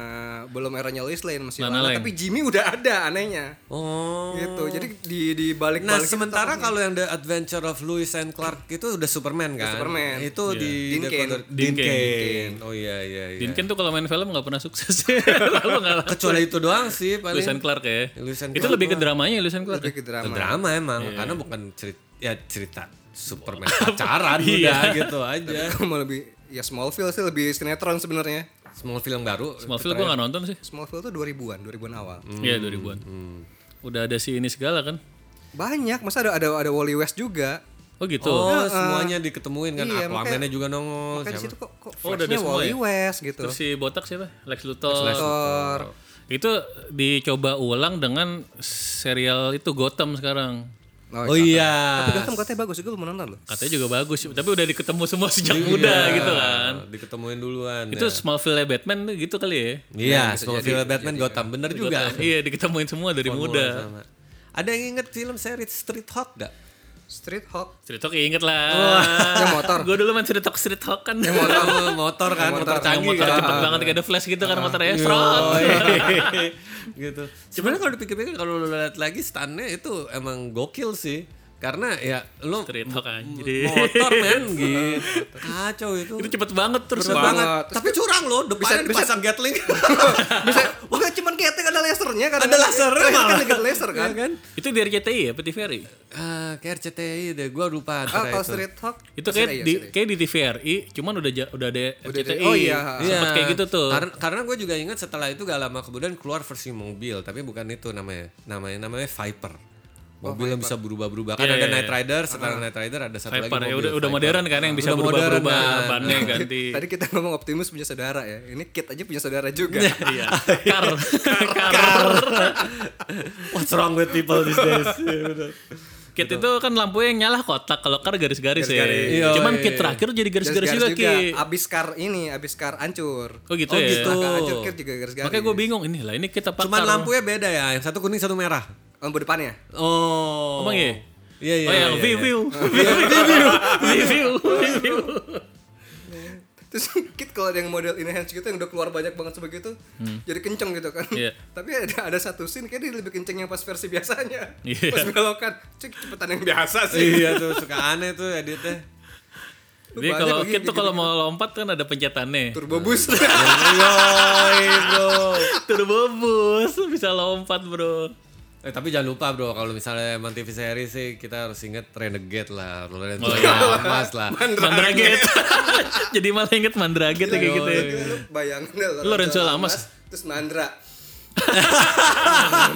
Speaker 3: belum eranya Lois Lane masih
Speaker 1: Lana
Speaker 3: Lana,
Speaker 1: Lang.
Speaker 3: tapi Jimmy udah ada anehnya.
Speaker 2: Oh.
Speaker 3: Gitu. Jadi di di balik
Speaker 2: Nah
Speaker 3: balik
Speaker 2: sementara kalau yang The Adventure of Lewis and Clark itu udah Superman kan?
Speaker 3: Superman.
Speaker 2: Itu di
Speaker 3: Dean
Speaker 2: The
Speaker 3: Cain.
Speaker 2: Color-
Speaker 1: Dean
Speaker 2: Dean Cain. Oh iya iya iya.
Speaker 1: Dinken tuh kalau main film nggak pernah sukses. Lalu nggak laku.
Speaker 2: Kecuali itu doang sih paling.
Speaker 1: Lucian Clark ya.
Speaker 2: Lucian
Speaker 1: itu
Speaker 2: Clark
Speaker 1: lebih ke dramanya ya, Lucian Clark.
Speaker 3: lebih ke drama.
Speaker 2: drama emang karena bukan cerita ya cerita Superman pacaran
Speaker 1: Iya.
Speaker 2: udah gitu aja.
Speaker 3: Kalau mau lebih ya Smallville sih lebih sinetron sebenarnya.
Speaker 2: Semua film baru.
Speaker 1: Smallville gue nggak nonton sih.
Speaker 2: Hmm.
Speaker 1: Hmm,
Speaker 3: Smallville tuh 2000-an, 2000-an awal.
Speaker 1: Iya 2000-an. Udah ada si ini segala kan.
Speaker 3: Banyak, masa ada ada ada Wally West juga.
Speaker 1: Oh gitu.
Speaker 2: Oh, semuanya diketemuin kan.
Speaker 3: Iya,
Speaker 2: Aquaman-nya juga nongol.
Speaker 3: Makanya Kan di
Speaker 2: siapa?
Speaker 3: situ kok kok
Speaker 1: Oh, udah ada
Speaker 3: flashnya
Speaker 1: semua
Speaker 3: Wally
Speaker 1: ya?
Speaker 3: West gitu. Eh,
Speaker 1: Terus si botak siapa? Lex Luthor.
Speaker 3: Thor.
Speaker 1: Itu dicoba ulang dengan serial itu Gotham sekarang.
Speaker 2: Oh iya.
Speaker 3: Tapi Gotham katanya bagus, gue belum nonton loh.
Speaker 1: Katanya juga bagus, tapi udah diketemu semua sejak muda gitu kan.
Speaker 2: Nah, Diketemuin duluan.
Speaker 1: Itu
Speaker 2: ya.
Speaker 1: Smallville Batman tuh gitu kali ya.
Speaker 2: Iya, Smallville Batman Gotham bener juga.
Speaker 1: Gotham. Iya, diketemuin semua dari
Speaker 2: Formula
Speaker 1: muda.
Speaker 2: sama. Ada yang inget film seri Street Hawk gak?
Speaker 3: Street Hawk.
Speaker 1: Street Talk ya inget lah.
Speaker 3: Yang motor.
Speaker 1: Gue dulu main Street Talk, Street Talk kan. Yang
Speaker 2: Motor, motor kan, motor, Iya.
Speaker 1: Yang
Speaker 2: canggih
Speaker 1: motor
Speaker 2: kan.
Speaker 1: cepet banget kayak ada flash gitu kan motornya. Front.
Speaker 2: gitu. Sebenarnya kalau dipikir-pikir kalau lu lihat lagi stunnya itu emang gokil sih. Karena ya lu
Speaker 1: Street Talk kan. Jadi
Speaker 2: motor men gitu. Kacau itu.
Speaker 1: itu cepet banget terus
Speaker 2: Cepet
Speaker 1: Bang.
Speaker 2: banget.
Speaker 3: Terus
Speaker 2: Tapi curang loh, depannya
Speaker 3: bisa-
Speaker 2: dipasang Gatling.
Speaker 3: Bisa, bukan cuman ketek ada lasernya kan.
Speaker 2: Ada lasernya
Speaker 3: Kan
Speaker 2: malah.
Speaker 3: deket laser kan.
Speaker 2: Iya kan?
Speaker 1: Itu di RCTI ya, Petit Ferry.
Speaker 2: Ah, kayak RCTI deh, gua lupa
Speaker 3: Ah,
Speaker 2: antara
Speaker 3: kalau
Speaker 2: itu.
Speaker 3: Street Hawk
Speaker 1: Itu kayak
Speaker 3: Seri ya,
Speaker 1: di
Speaker 3: seri.
Speaker 1: kayak di TVRI, cuman udah ja- udah ada
Speaker 3: Udah ada-
Speaker 1: RCTI.
Speaker 3: oh iya.
Speaker 1: Sempet
Speaker 2: Iya.
Speaker 1: kayak gitu tuh.
Speaker 2: Karena, karena gue juga ingat setelah itu gak lama kemudian keluar versi mobil, tapi bukan itu namanya. Namanya namanya Viper. Mobil yang bisa berubah-berubah. Kan
Speaker 1: Iya,
Speaker 2: ada
Speaker 1: iya,
Speaker 2: Night Rider, setelah Night Rider ada satu
Speaker 1: Viper
Speaker 2: lagi
Speaker 1: ya
Speaker 2: mobil.
Speaker 1: udah udah
Speaker 2: Viper.
Speaker 1: modern kan yang bisa
Speaker 2: Udah
Speaker 1: berubah-berubah
Speaker 2: modern, kan.
Speaker 1: bannya ganti.
Speaker 3: Tadi kita ngomong Optimus punya saudara ya. Ini Kit aja punya saudara juga.
Speaker 1: Iya. Kar. Kar.
Speaker 2: What's wrong with people these days?
Speaker 1: Kit itu kan lampunya yang nyala kotak, kalau kar garis-garis ya.
Speaker 2: Iya,
Speaker 1: Cuman
Speaker 2: iya.
Speaker 1: kit terakhir jadi garis-garis juga, Ki.
Speaker 3: Abis kar ini, abis kar hancur.
Speaker 1: Oh gitu
Speaker 2: Oh,
Speaker 1: ya.
Speaker 2: gitu.
Speaker 3: Kar hancur Kit juga garis-garis.
Speaker 1: Makanya gue bingung ini lah ini kita apa kar?
Speaker 2: Cuman lampunya beda ya, yang satu kuning satu merah.
Speaker 3: Lampu depannya.
Speaker 2: Oh.
Speaker 1: Emang iya?
Speaker 2: Iya iya.
Speaker 1: Oh ya,
Speaker 2: iya, iya.
Speaker 1: review. Review. Review. Review.
Speaker 3: Terus Kit kalau ada yang model enhance gitu yang udah keluar banyak banget sebagai itu, jadi kenceng gitu kan.
Speaker 1: Hmm. Iya.
Speaker 3: Tapi ada ada satu scene kayaknya dia lebih kenceng yang pas versi biasanya.
Speaker 1: Iya.
Speaker 3: Pas belokan, cek cepetan yang biasa sih.
Speaker 2: Iya tuh suka aneh tuh editnya.
Speaker 1: Jadi Iya,
Speaker 3: Banyak
Speaker 1: kalau
Speaker 3: lagi gitu.
Speaker 1: kit tuh
Speaker 3: gitu-gitu.
Speaker 1: kalau mau lompat kan ada pencetannya.
Speaker 3: turbo boost.
Speaker 2: Yoi bro.
Speaker 1: Turbo boost bisa lompat, Bro.
Speaker 2: Eh tapi jangan lupa bro kalau misalnya emang TV seri sih kita harus inget Renegade lah, Lorenzo
Speaker 1: Oh, iya.
Speaker 2: Mas lah.
Speaker 1: Mandraget. Jadi malah inget Mandraget ya kayak gitu. ya.
Speaker 3: Iya, Lu bayangin deh
Speaker 1: Lorenzo Lamas.
Speaker 3: terus Mandra. oh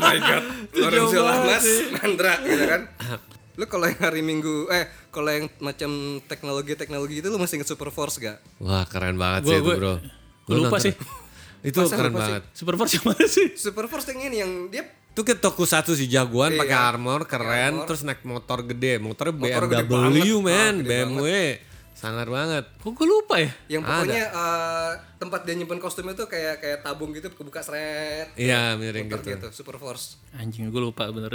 Speaker 3: my god. Lorenzo Lamas, Mandra gitu kan. Lu kalau yang hari Minggu eh kalau yang macam teknologi-teknologi itu lu masih inget Super Force gak?
Speaker 2: Wah keren banget
Speaker 1: Gua-
Speaker 2: sih itu
Speaker 1: gua-
Speaker 2: bro.
Speaker 1: gua
Speaker 2: Lu
Speaker 1: lupa
Speaker 2: nonton-
Speaker 1: sih.
Speaker 2: Itu keren banget.
Speaker 1: Super Force yang mana sih?
Speaker 3: Super Force yang ini yang dia
Speaker 2: Itu ke toko satu si jagoan
Speaker 3: Iya.
Speaker 2: pakai armor keren
Speaker 3: Armor.
Speaker 2: terus naik motor gede, motornya
Speaker 3: Motor gede
Speaker 2: BMW
Speaker 3: banget.
Speaker 2: man,
Speaker 3: Ah, gede
Speaker 2: BMW. Sangar banget.
Speaker 1: Kok gue lupa ya?
Speaker 3: yang pokoknya eh, tempat dia nyimpen kostumnya tuh kayak kayak tabung gitu kebuka seret
Speaker 2: Iya miring
Speaker 3: gitu.
Speaker 2: gitu.
Speaker 3: gitu Super Force.
Speaker 1: Anjing gue lupa bener.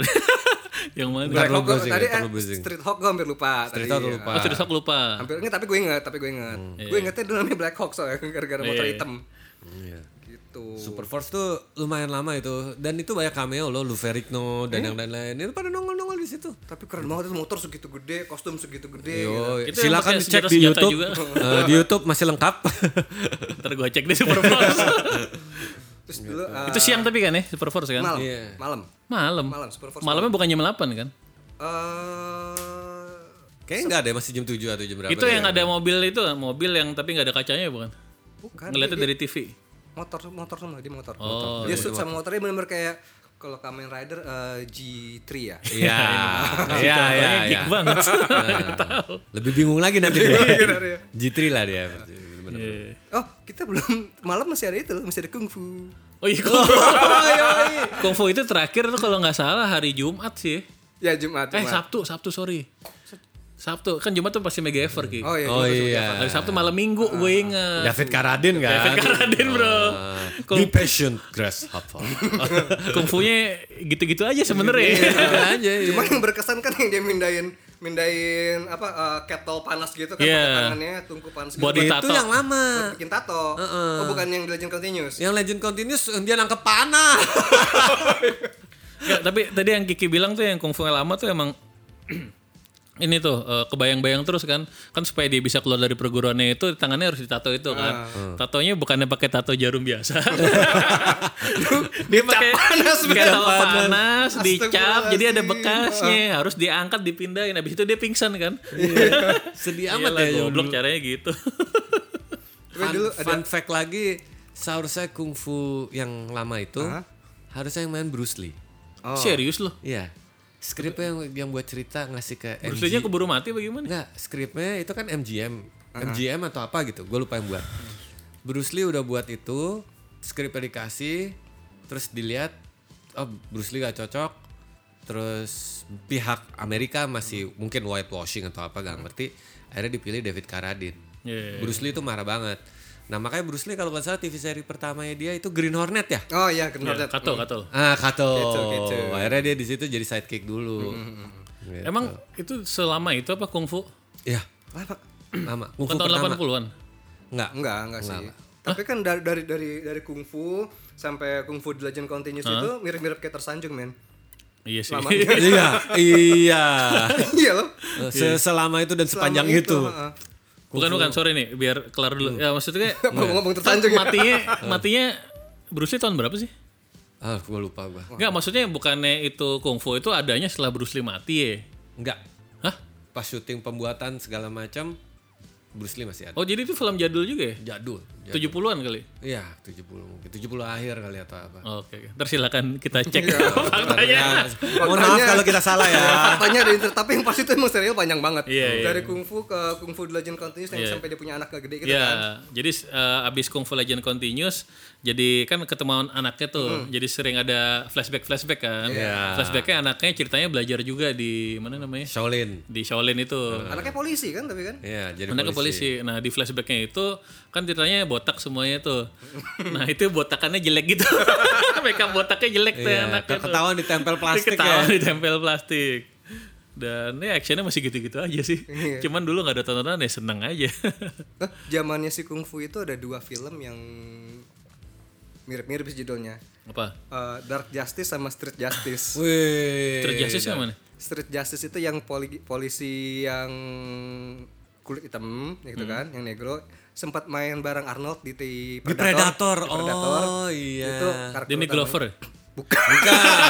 Speaker 1: yang mana?
Speaker 2: Bentar,
Speaker 3: Black Hawk
Speaker 2: lu
Speaker 3: gua-
Speaker 2: browsing
Speaker 3: tadi
Speaker 2: ya,
Speaker 3: eh,
Speaker 2: lu browsing.
Speaker 3: Street Hawk gue hampir lupa Hmm. Iya,
Speaker 2: Cerita
Speaker 3: tadi. ya.
Speaker 2: tuh lupa.
Speaker 1: Oh, serius aku lupa.
Speaker 3: Hampir enggak tapi gue inget, tapi gue inget. Gue ingetnya dulu namanya Black Hawk soalnya gara-gara motor
Speaker 1: Iya.
Speaker 3: hitam.
Speaker 2: Iya.
Speaker 3: Gitu.
Speaker 2: Super Force tuh lumayan lama itu dan itu banyak cameo loh, Luferigno dan
Speaker 1: Hmm?
Speaker 2: yang lain-lain. Itu pada nongol-nongol di situ.
Speaker 3: Tapi keren banget itu motor segitu gede, kostum segitu gede. gitu.
Speaker 2: Yo,
Speaker 1: Itu yang
Speaker 2: silakan
Speaker 1: pakai
Speaker 2: dicek di
Speaker 1: senjata-senjata
Speaker 2: YouTube.
Speaker 1: juga.
Speaker 2: Eh, di YouTube masih lengkap.
Speaker 1: Ntar gue cek deh Super Force.
Speaker 3: Terus dulu eh,
Speaker 1: Itu siang tapi kan ya Super Force kan?
Speaker 3: malam,
Speaker 2: Iya.
Speaker 3: malam.
Speaker 1: Malam.
Speaker 3: Malam, Super Force
Speaker 1: Malamnya bukan jam 8 kan?
Speaker 3: Eh,
Speaker 2: Kayaknya enggak deh, masih jam 7 atau jam berapa.
Speaker 1: itu
Speaker 2: deh.
Speaker 1: yang ada mobil itu, mobil yang tapi nggak ada kacanya bukan?
Speaker 3: bukan
Speaker 1: Ngeliatnya dari TV.
Speaker 3: motor motor semua dia motor.
Speaker 1: Oh,
Speaker 3: dia suit sama motornya benar-benar kayak kalau Kamen Rider eh, G3 ya.
Speaker 2: Iya.
Speaker 3: Ah,
Speaker 2: Iya, iya,
Speaker 1: Contohnya
Speaker 2: iya.
Speaker 1: geek banget.
Speaker 2: Lebih bingung lagi nanti
Speaker 3: Iya,
Speaker 2: dia. G3 lah dia. Bener-bener.
Speaker 1: Iya.
Speaker 3: Oh, kita belum malam masih ada itu, loh, masih ada kungfu.
Speaker 1: Oh iya, Kung Fu. Kung Fu itu terakhir tuh kalau nggak salah hari Jumat sih.
Speaker 3: Ya Jumat.
Speaker 1: Eh
Speaker 3: Jumat.
Speaker 1: Sabtu, Sabtu sorry. Sabtu kan Jumat tuh pasti mega ever ki.
Speaker 3: Oh iya.
Speaker 2: Oh
Speaker 3: Jumat.
Speaker 2: iya.
Speaker 1: Hari Sabtu malam Minggu gue inget.
Speaker 2: David Karadin kan.
Speaker 1: David Karadin, bro.
Speaker 2: Ah,
Speaker 1: Kung-
Speaker 2: Be patient, grasshopper.
Speaker 1: Kungfunya gitu-gitu aja sebenarnya.
Speaker 2: Ada aja. iya.
Speaker 3: Cuma yang berkesan kan yang dia mindahin mindain apa eh, kettle panas gitu kan
Speaker 1: Iya.
Speaker 3: pakai tangannya tungku panas gitu.
Speaker 1: Body
Speaker 2: Itu
Speaker 3: buat-
Speaker 1: Tato.
Speaker 2: yang lama.
Speaker 1: Ah.
Speaker 3: buat bikin tato. Oh, bukan yang di Legend Continuous.
Speaker 1: Iya.
Speaker 2: Yang Legend Continues dia nangkep panah.
Speaker 1: Nggak, Ya, tapi tadi yang Kiki bilang tuh yang kungfu yang lama tuh emang ini tuh eh, kebayang-bayang terus kan kan supaya dia bisa keluar dari perguruannya itu tangannya harus ditato itu kan tatonya bukannya pakai tato jarum biasa dia pakai
Speaker 3: panas,
Speaker 1: pakai
Speaker 3: dicap
Speaker 1: tato panas dicap jadi ada
Speaker 3: Astagfirullahaladzim.
Speaker 1: bekasnya harus diangkat dipindahin habis itu dia pingsan kan
Speaker 2: Sedih amat
Speaker 1: Iyalah,
Speaker 2: ya. yang
Speaker 1: goblok caranya gitu
Speaker 3: Tapi
Speaker 2: fun,
Speaker 3: dulu ada
Speaker 2: fun fact lagi seharusnya kungfu yang lama itu harusnya yang main Bruce Lee
Speaker 1: serius loh
Speaker 2: iya skripnya yang yang buat cerita ngasih ke
Speaker 1: Bruce Lee-nya keburu mati bagaimana?
Speaker 2: Enggak, skripnya itu kan MGM, MGM atau apa gitu, gue lupa yang buat. Bruce Lee udah buat itu, skripnya dikasih, terus dilihat, oh Bruce Lee gak cocok, terus pihak Amerika masih
Speaker 1: Hmm.
Speaker 2: mungkin whitewashing atau apa gak ngerti, akhirnya dipilih David Carradine.
Speaker 1: Iya.
Speaker 2: Bruce Lee itu marah banget. Nah makanya Bruce Lee kalau nggak salah TV seri pertamanya dia itu Green Hornet ya?
Speaker 3: Oh iya, kenal
Speaker 1: Ya,
Speaker 3: that.
Speaker 1: Kato, Kato.
Speaker 2: Ah Kato,
Speaker 3: Gitu, gitu.
Speaker 2: akhirnya dia di situ jadi sidekick
Speaker 1: Hmm,
Speaker 2: dulu. Gitu.
Speaker 1: Emang itu selama itu apa kungfu?
Speaker 2: Iya. Lama. Lama.
Speaker 1: Bukan
Speaker 2: Kungfu
Speaker 1: tahun
Speaker 2: pertama.
Speaker 1: 80-an.
Speaker 2: Enggak.
Speaker 3: Enggak, enggak sih. Tapi kan dari dari dari dari kungfu sampai kungfu The Legend Continues itu mirip-mirip kayak tersanjung, men.
Speaker 1: Iya sih.
Speaker 3: Lama.
Speaker 2: iya, iya.
Speaker 3: Iya loh.
Speaker 2: Se- Selama itu dan sepanjang
Speaker 3: Selama
Speaker 2: itu.
Speaker 3: heeh.
Speaker 1: bukan bukan, sorry nih, biar kelar dulu. Ya maksudnya
Speaker 3: Mau ngomong
Speaker 1: kan
Speaker 3: tersanjung ya.
Speaker 1: matinya matinya Bruce Lee tahun berapa sih?
Speaker 2: Ah, gue lupa gue.
Speaker 1: Enggak, maksudnya bukannya itu kungfu itu adanya setelah Bruce Lee mati ya?
Speaker 2: Enggak.
Speaker 1: Hah?
Speaker 2: Pas syuting pembuatan segala macam, Bruce Lee masih ada.
Speaker 1: Oh, jadi itu film jadul juga ya?
Speaker 2: Jadul. jadul.
Speaker 1: 70-an kali. Oh,
Speaker 2: Iya, 70 mungkin. 70 akhir kali atau apa.
Speaker 1: Oke, tersilakan kita cek
Speaker 2: Iya,
Speaker 1: faktanya.
Speaker 2: Ya, mohon maaf
Speaker 3: Faktanya-
Speaker 2: kalau kita salah ya.
Speaker 3: Iya. Faktanya ada inter- tapi yang pasti itu emang serial panjang banget.
Speaker 1: Iya, iya.
Speaker 3: Dari kungfu ke kungfu The Legend Continues yang sampai dia punya anak gede gitu
Speaker 1: Ya,
Speaker 3: kan.
Speaker 1: jadi eh, abis Kung Fu Legend Continues, jadi kan ketemuan anaknya tuh, jadi sering ada flashback-flashback kan.
Speaker 2: Hmm. Iya.
Speaker 1: Flashbacknya anaknya ceritanya belajar juga di mana namanya?
Speaker 2: Shaolin.
Speaker 1: Di Shaolin itu.
Speaker 3: Anaknya polisi kan tapi kan.
Speaker 2: Iya, jadi
Speaker 1: Anaknya polisi. Nah di flashbacknya itu kan ceritanya botak semuanya tuh. nah itu botakannya jelek gitu. Makeup botaknya jelek tuh
Speaker 2: Iya,
Speaker 1: anaknya tuh.
Speaker 2: ketahuan ditempel plastik
Speaker 1: Ketahuan
Speaker 2: ya.
Speaker 1: ditempel plastik. Dan ya actionnya masih gitu-gitu aja sih.
Speaker 2: Iya.
Speaker 1: Cuman dulu nggak ada tontonan ya seneng aja.
Speaker 3: Hah, Zamannya si kungfu itu ada dua film yang mirip-mirip sih judulnya.
Speaker 1: Apa?
Speaker 3: Eh, Dark Justice sama Street Justice.
Speaker 2: Wih.
Speaker 1: Terjustice yang mana?
Speaker 3: Street Justice itu yang poli- polisi yang kulit hitam gitu kan, yang negro sempat main bareng Arnold di, di
Speaker 2: Hmm. Di Predator. Oh, iya.
Speaker 3: Itu karakter
Speaker 1: Danny
Speaker 3: utamanya.
Speaker 1: Glover. ya?
Speaker 3: Bukan.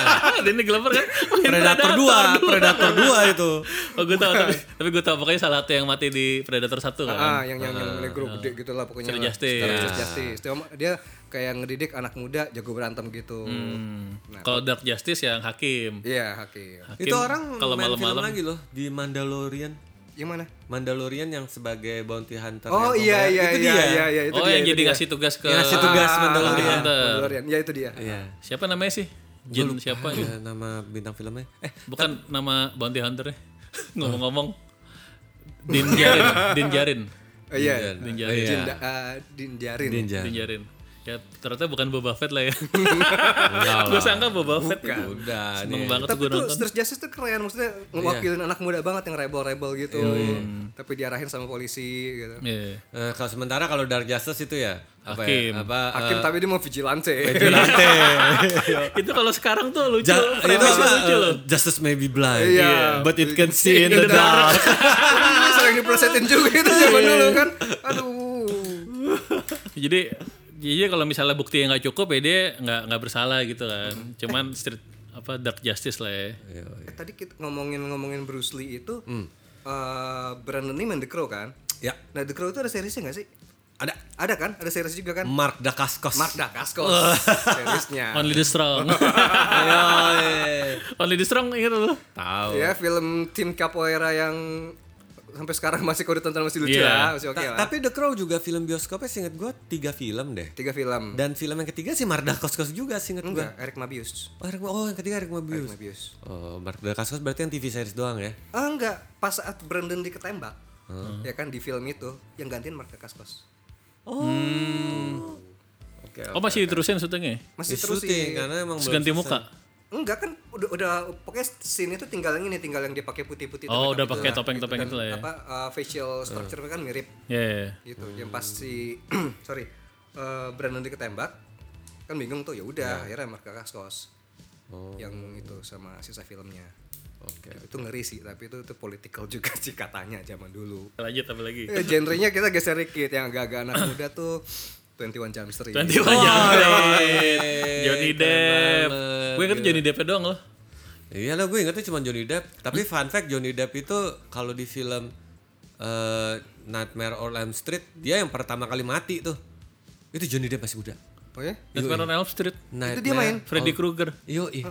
Speaker 1: Danny Glover kan? Main
Speaker 2: Predator 2, Predator 2 itu.
Speaker 1: Oh gue tau, tapi, tapi gue tau pokoknya salah satu yang mati di Predator 1 kan?
Speaker 3: Ah, yang yang, yang negro gede gitu lah pokoknya.
Speaker 1: Street
Speaker 3: lah.
Speaker 1: Justice.
Speaker 2: Iya.
Speaker 3: Street Justice. Cuma dia kayak ngedidik anak muda jago berantem gitu.
Speaker 2: Hmm.
Speaker 1: Hmm. Kalau Dark Justice yang hakim.
Speaker 3: Iya, Hakim.
Speaker 1: Hakim
Speaker 2: Itu orang
Speaker 1: kalau
Speaker 2: main film
Speaker 1: malam-malam
Speaker 2: lagi loh di Mandalorian.
Speaker 3: Yang mana?
Speaker 2: Mandalorian yang sebagai bounty hunter.
Speaker 3: Oh
Speaker 2: yang pemberat.
Speaker 3: iya iya
Speaker 2: itu
Speaker 3: iya
Speaker 2: dia.
Speaker 3: iya iya itu
Speaker 1: oh
Speaker 3: dia.
Speaker 1: yang
Speaker 3: itu
Speaker 1: jadi
Speaker 3: dia.
Speaker 1: ngasih tugas ke
Speaker 2: Yang ngasih tugas Mandalorian.
Speaker 3: Ah, Mandalorian. Ya itu dia.
Speaker 2: Iya.
Speaker 1: siapa namanya sih? Jin siapa?
Speaker 2: Iya, nama bintang filmnya. Eh,
Speaker 1: Bukan nama bounty hunter Ngomong-ngomong, Din Jarin, Din Jarin,
Speaker 3: Oh, Iya.
Speaker 1: Din
Speaker 2: iya.
Speaker 1: Jarin,
Speaker 3: Dinda, ah, Dinjarin.
Speaker 2: Ninja.
Speaker 1: Din Jarin. Ya ternyata bukan Boba Fett lah ya. gue sangka Boba Fett.
Speaker 2: Udah
Speaker 1: Seneng
Speaker 2: nih.
Speaker 1: banget
Speaker 3: tapi
Speaker 1: gue
Speaker 3: tuh
Speaker 1: nonton.
Speaker 3: Street Justice tuh keren maksudnya ngewakilin
Speaker 2: Iya.
Speaker 3: anak muda banget yang rebel-rebel gitu tapi diarahin sama polisi gitu
Speaker 1: Iya.
Speaker 2: Eh, kalau sementara kalau Dark Justice itu ya apa
Speaker 1: Hakim.
Speaker 2: ya? Apa
Speaker 3: hakim tapi dia mau vigilante
Speaker 2: vigilante.
Speaker 1: itu kalau sekarang tuh lucu,
Speaker 2: Ja, itu
Speaker 1: premisnya
Speaker 2: apa?
Speaker 1: lucu
Speaker 2: eh,
Speaker 1: loh.
Speaker 2: justice may be blind,
Speaker 3: Iya.
Speaker 2: but it can see in the dark.
Speaker 3: Ini sering dipresetin juga itu
Speaker 2: Iya.
Speaker 3: zaman dulu kan aduh
Speaker 1: Jadi jadi kalau misalnya bukti yang nggak cukup ya dia nggak nggak bersalah gitu kan. Cuman street apa dark justice lah ya.
Speaker 2: Iya.
Speaker 3: Eh, tadi kita ngomongin ngomongin Bruce Lee itu
Speaker 2: Hmm.
Speaker 3: eh, Brandon Lee main The Crow kan
Speaker 2: Ya,
Speaker 3: nah The Crow itu ada seriesnya nggak sih
Speaker 2: ada Hmm.
Speaker 3: ada kan ada series juga kan
Speaker 2: Mark Dacascos.
Speaker 3: Mark Dacascos
Speaker 2: Iya. Oh,
Speaker 3: seriesnya
Speaker 1: Only the strong. Only the strong ingat lu.
Speaker 2: Tahu.
Speaker 3: ya film tim capoeira yang sampai sekarang masih kalau ditonton masih lucu
Speaker 1: Iya.
Speaker 3: lah masih oke
Speaker 2: Ta-
Speaker 3: lah
Speaker 2: tapi The Crow juga film bioskopnya seinget gue tiga film deh.
Speaker 3: tiga film
Speaker 2: Dan film yang ketiga sih Mark Dacascos juga seinget gue.
Speaker 3: Hmm. Enggak, Eric Mabius.
Speaker 2: Oh, Eric- oh, yang ketiga Eric Mabius.
Speaker 3: Eric Mabius.
Speaker 2: Oh, Mark Dacascos berarti yang TV series doang ya?
Speaker 3: Ah enggak, pas saat Brandon Lee ketembak. Ya kan di film itu yang gantiin Mark Dacascos.
Speaker 2: Oh. Oke.
Speaker 1: Oh masih diterusin syutingnya?
Speaker 3: Masih
Speaker 2: Di
Speaker 3: terus
Speaker 2: syuting,
Speaker 3: sih.
Speaker 2: karena emang
Speaker 1: Terus
Speaker 2: belum
Speaker 1: ganti
Speaker 2: selesai.
Speaker 1: muka?
Speaker 3: Enggak kan udah udah pokoknya scene itu tinggal yang ini tinggal yang dia pakai putih-putih
Speaker 1: Oh
Speaker 3: tapi-
Speaker 1: udah
Speaker 3: tapi
Speaker 1: pakai
Speaker 3: lah,
Speaker 1: topeng-topeng
Speaker 3: gitu.
Speaker 1: itu lah ya.
Speaker 3: Apa uh, facial structure kan mirip
Speaker 1: Ya, ya, ya.
Speaker 3: gitu. Yang pas si sorry, eh, Brandon Lee ketembak kan bingung tuh ya Oh. udah akhirnya Mark Dacascos. Yang itu sama sisa filmnya. Ya,
Speaker 2: Oke.
Speaker 3: Itu ngeri sih, tapi itu itu political juga sih katanya zaman dulu.
Speaker 1: Lanjut apa lagi?
Speaker 3: Eh, genrenya kita geser dikit yang agak-agak anak muda tuh 21 Jump Street.
Speaker 1: Nanti oh, Johnny Depp. Gue inget Johnny Depp doang loh.
Speaker 2: Iya lah gue ingetnya cuma Johnny Depp. Tapi fun fact Johnny Depp itu kalau di film eh, Nightmare on Elm Street dia yang pertama kali mati tuh. Itu Johnny Depp masih muda.
Speaker 3: Oh ya?
Speaker 1: Nightmare on Elm Street.
Speaker 2: Nightmare.
Speaker 3: dia main? Hmm.
Speaker 1: Freddy Krueger.
Speaker 2: Yo, ih.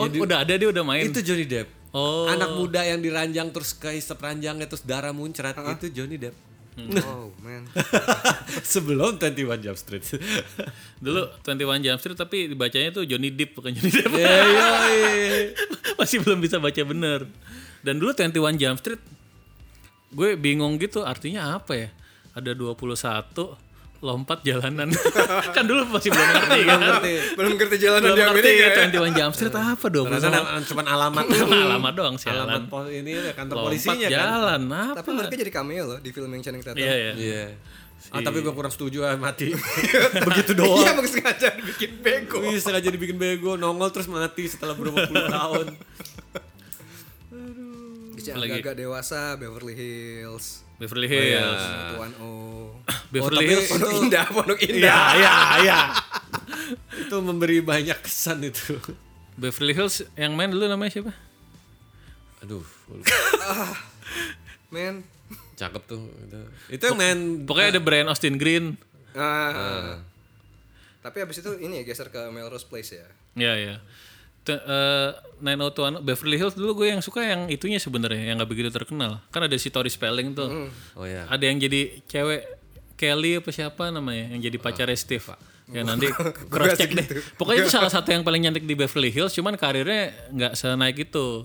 Speaker 1: Oh udah ada dia udah main.
Speaker 2: Itu Johnny Depp.
Speaker 1: Oh.
Speaker 2: anak muda yang diranjang terus kehisap ranjangnya terus darah muncrat
Speaker 3: Hmm.
Speaker 2: itu Johnny Depp
Speaker 1: Hmm.
Speaker 3: Wow Oh, man.
Speaker 2: sebelum 21 Jump Street
Speaker 1: Dulu 21 Jump Street tapi dibacanya tuh Johnny Depp bukan Johnny Depp.
Speaker 2: Ya, yoi.
Speaker 1: Masih belum bisa baca bener. Dan dulu 21 Jump Street gue bingung gitu artinya apa ya? Ada 21 lompat jalanan. kan dulu masih belum ngerti kan.
Speaker 3: Belum ngerti jalanan
Speaker 1: belum
Speaker 3: di
Speaker 1: ngerti
Speaker 3: Amerika. ya.
Speaker 1: 21 Jump Street apa 21
Speaker 2: Ternyata nama- cuma alamat
Speaker 1: alamat doang
Speaker 2: alamat
Speaker 1: sialan.
Speaker 2: pos ini ya, kantor
Speaker 1: Lompat
Speaker 2: polisinya kan
Speaker 1: jalan apa?
Speaker 3: Tapi mereka jadi cameo loh di film yang Channing Tatum.
Speaker 1: Iya iya.
Speaker 2: Iya. Ah, tapi gue kurang setuju ah mati. Begitu
Speaker 3: Iya,
Speaker 2: doang.
Speaker 3: emang sengaja bikin bego.
Speaker 2: Wih, sengaja dibikin bego, nongol terus mati setelah berapa puluh tahun.
Speaker 3: Bisa agak-agak dewasa Beverly Hills.
Speaker 1: Beverly Hills.
Speaker 3: Tuan O.
Speaker 1: Beverly
Speaker 2: tapi-
Speaker 1: Hills.
Speaker 3: Pondok Indah, Pondok
Speaker 2: Iya,
Speaker 3: Indah.
Speaker 2: iya, iya. Itu memberi banyak kesan itu.
Speaker 1: Beverly Hills yang main dulu namanya siapa?
Speaker 2: Aduh,
Speaker 3: Men.
Speaker 2: cakep tuh. Itu, itu yang main
Speaker 1: Pokoknya ada Brian Austin Green. Eh.
Speaker 3: Ah. Tapi abis itu ini ya geser ke Melrose Place ya.
Speaker 1: Ya ya. Te- eh, 90210 Beverly Hills dulu gue yang suka yang itunya sebenarnya yang nggak begitu terkenal. Kan ada si Tori Spelling tuh.
Speaker 2: Oh
Speaker 3: iya.
Speaker 2: ya.
Speaker 1: Ada yang jadi cewek Kelly apa siapa namanya yang jadi pacarnya Steve. Ya nanti cross check deh. Pokoknya itu salah satu yang paling cantik di Beverly Hills, cuman karirnya nggak senaik itu.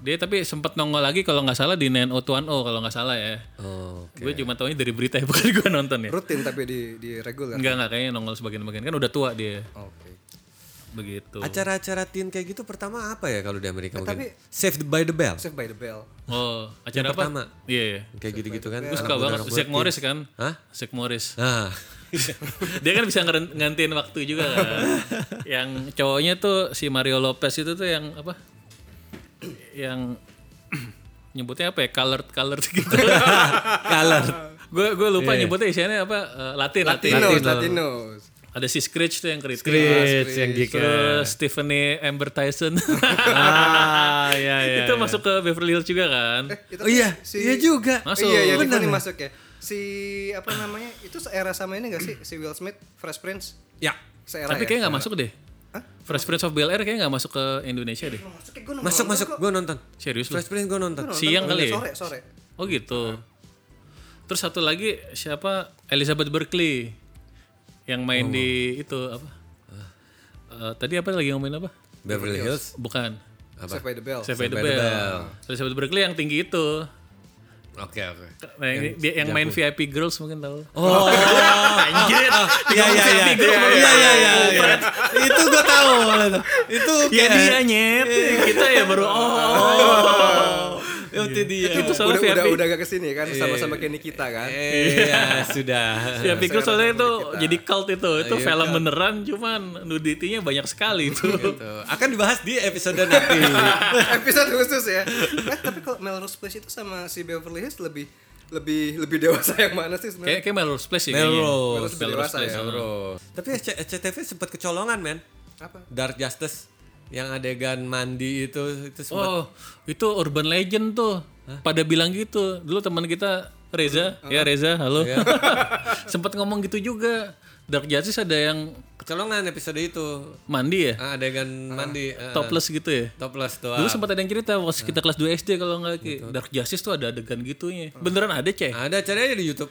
Speaker 1: Dia tapi sempat nongol lagi kalau nggak salah di 90210 kalau nggak salah ya.
Speaker 2: Oh.
Speaker 1: Gue cuma taunya dari berita ya, bukan gue nonton ya.
Speaker 3: Rutin tapi di di reguler.
Speaker 1: Enggak enggak kayaknya nongol sebagian-bagian kan udah tua dia.
Speaker 3: Oke.
Speaker 1: Begitu.
Speaker 2: Acara-acara teen kayak gitu pertama apa ya kalau di Amerika mungkin?
Speaker 3: Eh, tapi-
Speaker 2: Saved by the Bell.
Speaker 3: Saved by the Bell.
Speaker 1: Oh, acara
Speaker 2: Yang
Speaker 1: apa?
Speaker 2: pertama.
Speaker 1: Iya, iya.
Speaker 2: Kayak gitu-gitu kan.
Speaker 1: Gue suka banget Zack Morris kan?
Speaker 2: Hah?
Speaker 1: Zack Morris.
Speaker 2: Nah.
Speaker 1: Dia kan bisa ngeren- ngantiin waktu juga kan. yang cowoknya tuh si Mario Lopez itu tuh yang apa? Yang nyebutnya apa ya? Colored colored gitu.
Speaker 2: Color.
Speaker 1: Gue gue
Speaker 2: Iya,
Speaker 1: lupa nyebutnya isinya apa? Eh, Latin, Latin.
Speaker 3: Latinos, Latinos.
Speaker 1: Ada si Screech tuh yang kritis.
Speaker 2: Screech yang gigit.
Speaker 1: Terus Stephanie Amber Tyson.
Speaker 2: Ah, ya ya.
Speaker 1: itu masuk ke Beverly Hills juga kan?
Speaker 3: Itu
Speaker 2: Oh iya,
Speaker 3: si-
Speaker 2: iya juga.
Speaker 1: Masuk.
Speaker 3: Iya, iya,
Speaker 2: Bener
Speaker 3: Tiffany
Speaker 2: ya?
Speaker 3: masuk ya. Si apa namanya? Itu era sama ini gak sih? Si Will Smith, Fresh Prince,
Speaker 2: Ya.
Speaker 3: seera
Speaker 1: Tapi
Speaker 3: ya?
Speaker 1: kayaknya nggak masuk deh. Fresh Prince of Bel-Air kayaknya nggak masuk ke Indonesia deh.
Speaker 3: Masuk ya, gua nonton,
Speaker 2: Masuk masuk,
Speaker 3: gua
Speaker 2: gue nonton.
Speaker 1: Serius lu?
Speaker 2: Fresh Prince gue nonton.
Speaker 3: nonton.
Speaker 1: Siang kali ya?
Speaker 3: Sore, sore.
Speaker 1: Oh gitu. Terus satu lagi siapa? Elizabeth Berkley yang main di itu apa? Eh, tadi apa lagi ngomongin apa?
Speaker 2: Beverly Hills.
Speaker 1: Bukan.
Speaker 3: Saved by the Bell.
Speaker 1: Saved by the
Speaker 2: Saved by the
Speaker 1: Bell.
Speaker 2: Bell.
Speaker 1: Elizabeth Berkley yang tinggi itu.
Speaker 2: Oke oke.
Speaker 1: Nah, yang, dia yang main VIP Girls mungkin tahu.
Speaker 2: Oh,
Speaker 1: Anjir.
Speaker 2: iya iya iya.
Speaker 1: Tiga
Speaker 2: Iya
Speaker 1: orang
Speaker 2: iya iya. iya. Itu gue tahu. Itu
Speaker 1: Ya
Speaker 2: kayak-
Speaker 1: dia nyet. Kita ya baru oh.
Speaker 2: Itu dia.
Speaker 1: Itu
Speaker 3: Udah,
Speaker 1: soalnya
Speaker 3: udah,
Speaker 1: VIP
Speaker 3: udah agak kesini
Speaker 1: Iya.
Speaker 3: kan sama-sama kayak Nikita kan.
Speaker 2: Iya sudah.
Speaker 1: Ya Pickles soalnya itu
Speaker 3: kita.
Speaker 1: jadi cult itu.
Speaker 2: Nah,
Speaker 1: Itu
Speaker 2: iya,
Speaker 1: film beneran cuman nuditinya banyak sekali itu.
Speaker 2: Tuh, Gitu. Akan dibahas di episode nanti.
Speaker 3: Iya. Episode khusus ya. Eh, tapi kalau Melrose Place itu sama si Beverly Hills lebih lebih lebih dewasa yang mana sih
Speaker 1: Kayak
Speaker 3: sebenarnya?
Speaker 1: kayak Melrose Place sih
Speaker 2: Melrose.
Speaker 1: kayaknya.
Speaker 3: lebih dewasa ya.
Speaker 2: Tapi SC- SCTV sempat kecolongan men.
Speaker 3: Apa?
Speaker 2: Dark Justice yang adegan mandi itu itu sempat
Speaker 1: Oh, itu urban legend tuh. Pada bilang gitu. Dulu teman kita Reza, ya Reza, halo.
Speaker 2: Iya.
Speaker 1: Sempat ngomong gitu juga. Dark Justice ada yang
Speaker 2: kecolongan episode itu.
Speaker 1: mandi ya?
Speaker 2: Ah, adegan mandi ah,
Speaker 1: Topless gitu ya?
Speaker 2: topless tuh.
Speaker 1: Dulu sempat ada yang cerita pas
Speaker 2: Eh.
Speaker 1: kita kelas 2 SD kalau nggak Ki. Dark Justice tuh ada adegan
Speaker 2: Eh.
Speaker 1: gitunya. Beneran ada, Ceh.
Speaker 2: Ada cari aja di YouTube.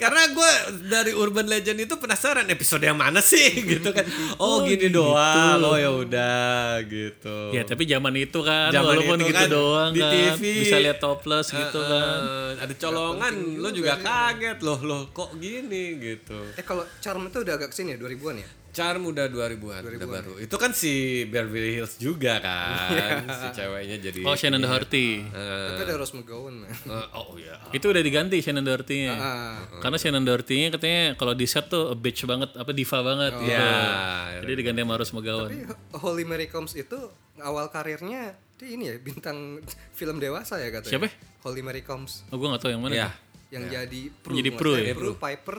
Speaker 2: Karena gue dari Urban Legend itu penasaran episode yang mana sih gitu kan. Oh, gini doang. Oh ya udah gitu.
Speaker 1: gitu. Ya tapi zaman itu kan,
Speaker 2: Zaman
Speaker 1: walaupun
Speaker 2: itu
Speaker 1: gitu
Speaker 2: kan,
Speaker 1: doang
Speaker 2: di
Speaker 1: kan,
Speaker 2: TV.
Speaker 1: bisa lihat topless gitu kan.
Speaker 2: Eh, ada colongan lo juga kaget loh loh kok gini gitu.
Speaker 3: Eh kalau Charm itu udah agak kesini ya 2000-an ya.
Speaker 2: Charm udah 2000-an, udah baru. Itu kan si Beverly Hills juga kan, si ceweknya jadi.
Speaker 1: Iya. Oh
Speaker 3: Iya.
Speaker 1: Shannon Doherty,
Speaker 2: Eh,
Speaker 3: Tapi ada Rose McGowan. man.
Speaker 2: eh, oh iya.
Speaker 1: itu udah diganti Shannon Doherty-nya.
Speaker 3: Ah,
Speaker 1: Karena Shannon Doherty-nya katanya kalau di set tuh a bitch banget, apa diva banget. gitu.
Speaker 2: Ya,
Speaker 1: Jadi diganti sama Rose McGowan.
Speaker 3: Oh. Iya. tapi Holy Mary Combs itu awal karirnya dia ini ya bintang film dewasa ya
Speaker 1: Siapa?
Speaker 3: katanya. Holy Mary Combs
Speaker 1: Oh gue gak tau yang mana.
Speaker 3: Iya.
Speaker 2: ya.
Speaker 3: yang jadi Prue.
Speaker 1: Jadi
Speaker 3: nggak
Speaker 1: Prue
Speaker 3: salah.
Speaker 1: ya?
Speaker 3: Prue Piper.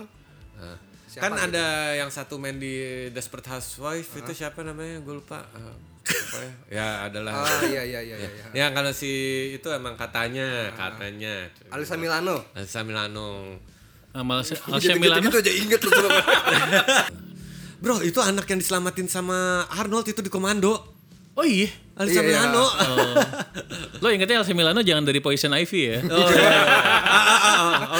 Speaker 2: Eh,
Speaker 3: Siapa
Speaker 2: kan ada yang satu main di Desperate Housewives itu siapa namanya? Gue lupa. Eh, siapa ya? ya adalah.
Speaker 3: Ah iya iya iya iya. iya.
Speaker 2: ya kalau si itu emang katanya, katanya.
Speaker 3: Alisa Milano.
Speaker 2: Alisa Milano.
Speaker 1: Sama Alsa- Alsa
Speaker 3: Gitu-gitu
Speaker 1: Milano.
Speaker 3: gitu aja inget lu coba.
Speaker 2: Bro, itu anak yang diselamatin sama Arnold itu di komando.
Speaker 1: Oh iya.
Speaker 2: Alisa
Speaker 3: Iya, iya.
Speaker 2: Milano.
Speaker 1: Oh. Lo ingetnya Elsa Milano jangan dari Poison Ivy ya?
Speaker 3: Oh, iya.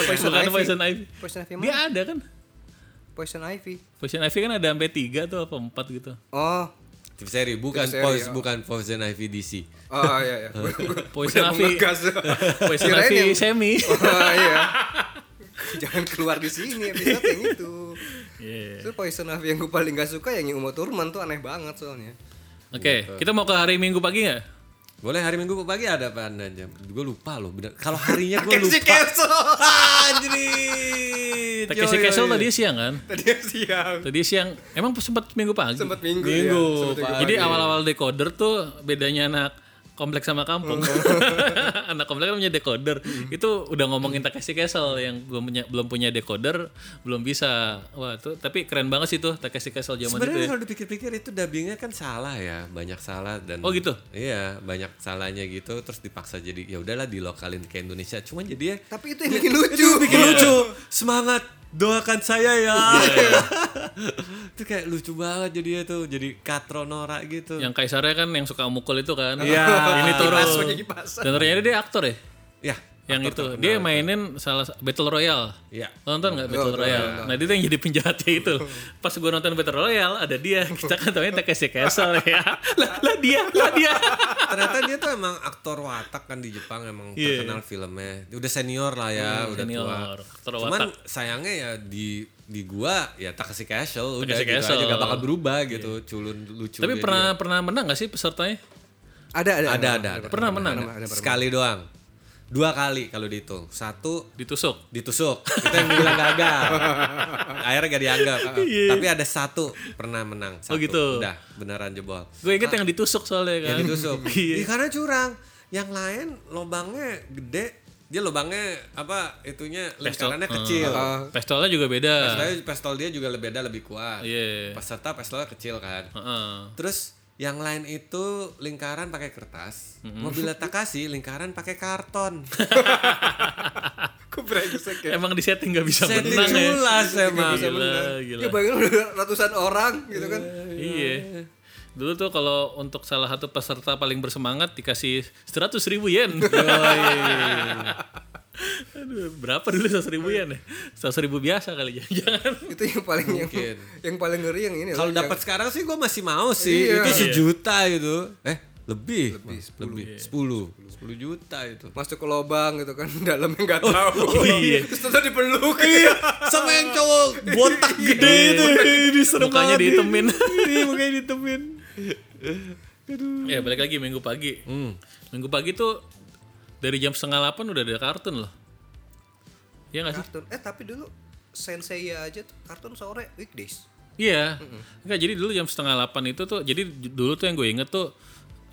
Speaker 1: Bukan Poison Ivy.
Speaker 3: Poison Ivy
Speaker 1: Dia
Speaker 3: mana?
Speaker 1: ada kan?
Speaker 3: Poison Ivy.
Speaker 1: Poison Ivy kan ada sampai tiga tuh apa empat gitu.
Speaker 3: Oh.
Speaker 2: TV seri iya. bukan
Speaker 3: TV seri,
Speaker 2: Poison
Speaker 3: oh.
Speaker 2: bukan Poison Ivy DC.
Speaker 3: Oh iya iya.
Speaker 1: Poison
Speaker 3: Udah
Speaker 1: Ivy.
Speaker 3: mengegas.
Speaker 1: Poison
Speaker 3: Kirain
Speaker 1: Ivy
Speaker 3: yang-
Speaker 1: semi.
Speaker 3: Oh iya. Jangan keluar di sini episode yang itu.
Speaker 1: Iya.
Speaker 3: Itu Poison Ivy yang gue paling gak suka yang Uma Thurman tuh aneh banget soalnya.
Speaker 1: Oke, kita mau ke hari Minggu pagi nggak?
Speaker 2: Boleh hari Minggu pagi ada apa anda jam? Gue lupa loh. Bener. Kalau harinya gue
Speaker 3: Takeshi
Speaker 2: lupa.
Speaker 3: Castle.
Speaker 2: Anjir.
Speaker 1: Takeshi
Speaker 2: Yo, yo,
Speaker 1: Castle
Speaker 2: yo.
Speaker 1: tadi siang kan?
Speaker 3: Tadi siang.
Speaker 1: Tadi siang emang sempat Minggu pagi.
Speaker 3: Sempet minggu,
Speaker 2: Minggu,
Speaker 3: ya. Sempet
Speaker 2: Pak.
Speaker 1: Jadi awal-awal decoder tuh bedanya anak kompleks sama kampung.
Speaker 3: Oh.
Speaker 1: anak kompleks kan punya decoder.
Speaker 3: Hmm.
Speaker 1: Itu udah ngomongin Takeshi Castle yang belum punya belum punya decoder, belum bisa. Wah, tuh tapi keren banget sih tuh Takeshi Castle zaman
Speaker 2: Sebenarnya
Speaker 1: itu. ya.
Speaker 2: kalau dipikir-pikir itu dubbingnya kan salah ya, banyak salah dan
Speaker 1: Oh, gitu?
Speaker 2: Iya, banyak salahnya gitu terus dipaksa jadi ya udahlah dilokalin ke Indonesia. Cuman jadi ya
Speaker 1: Iya.
Speaker 3: Tapi itu yang bikin lucu.
Speaker 2: bikin lucu. Semangat, doakan saya ya.
Speaker 1: Iya,
Speaker 2: itu kayak lucu banget jadi itu jadi katronora gitu.
Speaker 1: Yang kaisarnya kan yang suka mukul itu kan.
Speaker 2: Iya.
Speaker 1: Ini Toro.
Speaker 3: Kipas, pakai kipas.
Speaker 1: Dan ternyata dia aktor ya.
Speaker 2: Ya,
Speaker 1: Yang itu dia mainin salah sa- Battle Royale.
Speaker 2: Iya.
Speaker 1: Nonton nggak Battle Royale? Nah, dia tuh yang jadi penjahatnya itu. Pas gua nonton Battle Royale, ada dia. Kita kan taunya Takeshi Castle ya. Lah, lah dia, lah dia.
Speaker 2: ternyata dia tuh emang aktor watak kan di Jepang emang
Speaker 1: Iya.
Speaker 2: terkenal filmnya. Udah senior lah ya, udah tua.
Speaker 1: Senior, aktor
Speaker 2: Cuman
Speaker 1: watak.
Speaker 2: sayangnya ya di di gua ya Takashi Casual udah
Speaker 1: Takashi
Speaker 2: gitu
Speaker 1: Casual.
Speaker 2: aja gak bakal berubah gitu, culun lucu.
Speaker 1: Iya. Tapi
Speaker 2: dia.
Speaker 1: pernah pernah menang nggak sih pesertanya?
Speaker 3: Ada ada.
Speaker 2: ada ada, ada.
Speaker 1: Pernah menang. nggak?
Speaker 3: Ada, ada.
Speaker 2: sekali doang. Dua kali kalau dihitung. Satu
Speaker 1: Ditusuk.
Speaker 2: ditusuk itu yang bilang gagal akhirnya gak dianggap tapi ada satu pernah menang satu.
Speaker 1: Iya. gitu.
Speaker 2: udah beneran jebol
Speaker 1: Gue inget yang ditusuk soalnya kan.
Speaker 2: yang ditusuk
Speaker 1: Iya.
Speaker 2: Ih, karena curang yang lain lobangnya gede dia lobangnya apa itunya lingkarannya kecil
Speaker 1: Hmm. Pestolnya juga beda.
Speaker 2: Pestolnya- pestol dia juga lebih beda lebih kuat
Speaker 1: Eh. Iya.
Speaker 2: peserta pestolnya kecil kan
Speaker 1: Heeh.
Speaker 2: terus yang lain itu lingkaran pakai kertas mobilnya Takashi lingkaran pakai karton
Speaker 3: Aku brengsek ya.
Speaker 1: Emang di setting nggak bisa
Speaker 2: setting
Speaker 1: menang ya.
Speaker 2: culas emang
Speaker 1: Gila, gila.
Speaker 3: Ya bayangin udah ratusan orang gitu kan.
Speaker 1: Iya. Dulu tuh kalau untuk salah satu peserta paling bersemangat dikasih 100 ribu yen. Aduh, berapa dulu 100 ribu yen ya? 100 ribu biasa kali ya. Jangan.
Speaker 3: Itu yang paling yang, yang paling ngeri yang ini.
Speaker 2: Kalau
Speaker 3: loh, yang-
Speaker 2: dapat
Speaker 1: Iya.
Speaker 2: sekarang sih gue masih mau sih.
Speaker 3: Iya.
Speaker 2: Itu sejuta itu. Eh, lebih. Lebih 10. Lebih.
Speaker 1: Iya.
Speaker 2: 10. 10 juta itu.
Speaker 3: masuk ke lubang gitu kan dalamnya nggak tahu
Speaker 1: oh iya.
Speaker 3: terus ternyata dipeluk iya
Speaker 2: Sama yang cowok botak
Speaker 1: Iya.
Speaker 2: gede itu. Ini serem
Speaker 1: Mukanya
Speaker 2: banget.
Speaker 1: dihitemin.
Speaker 2: Ini mukanya ditemin.
Speaker 1: ya balik lagi minggu pagi.
Speaker 2: Hmm.
Speaker 1: Minggu pagi tuh dari jam setengah 8 udah ada kartun loh. Iya nggak sih?
Speaker 3: kartun eh tapi dulu sensei aja tuh kartun sore weekdays
Speaker 1: Iya. Enggak, jadi dulu jam setengah 8 itu tuh jadi dulu tuh yang gue inget tuh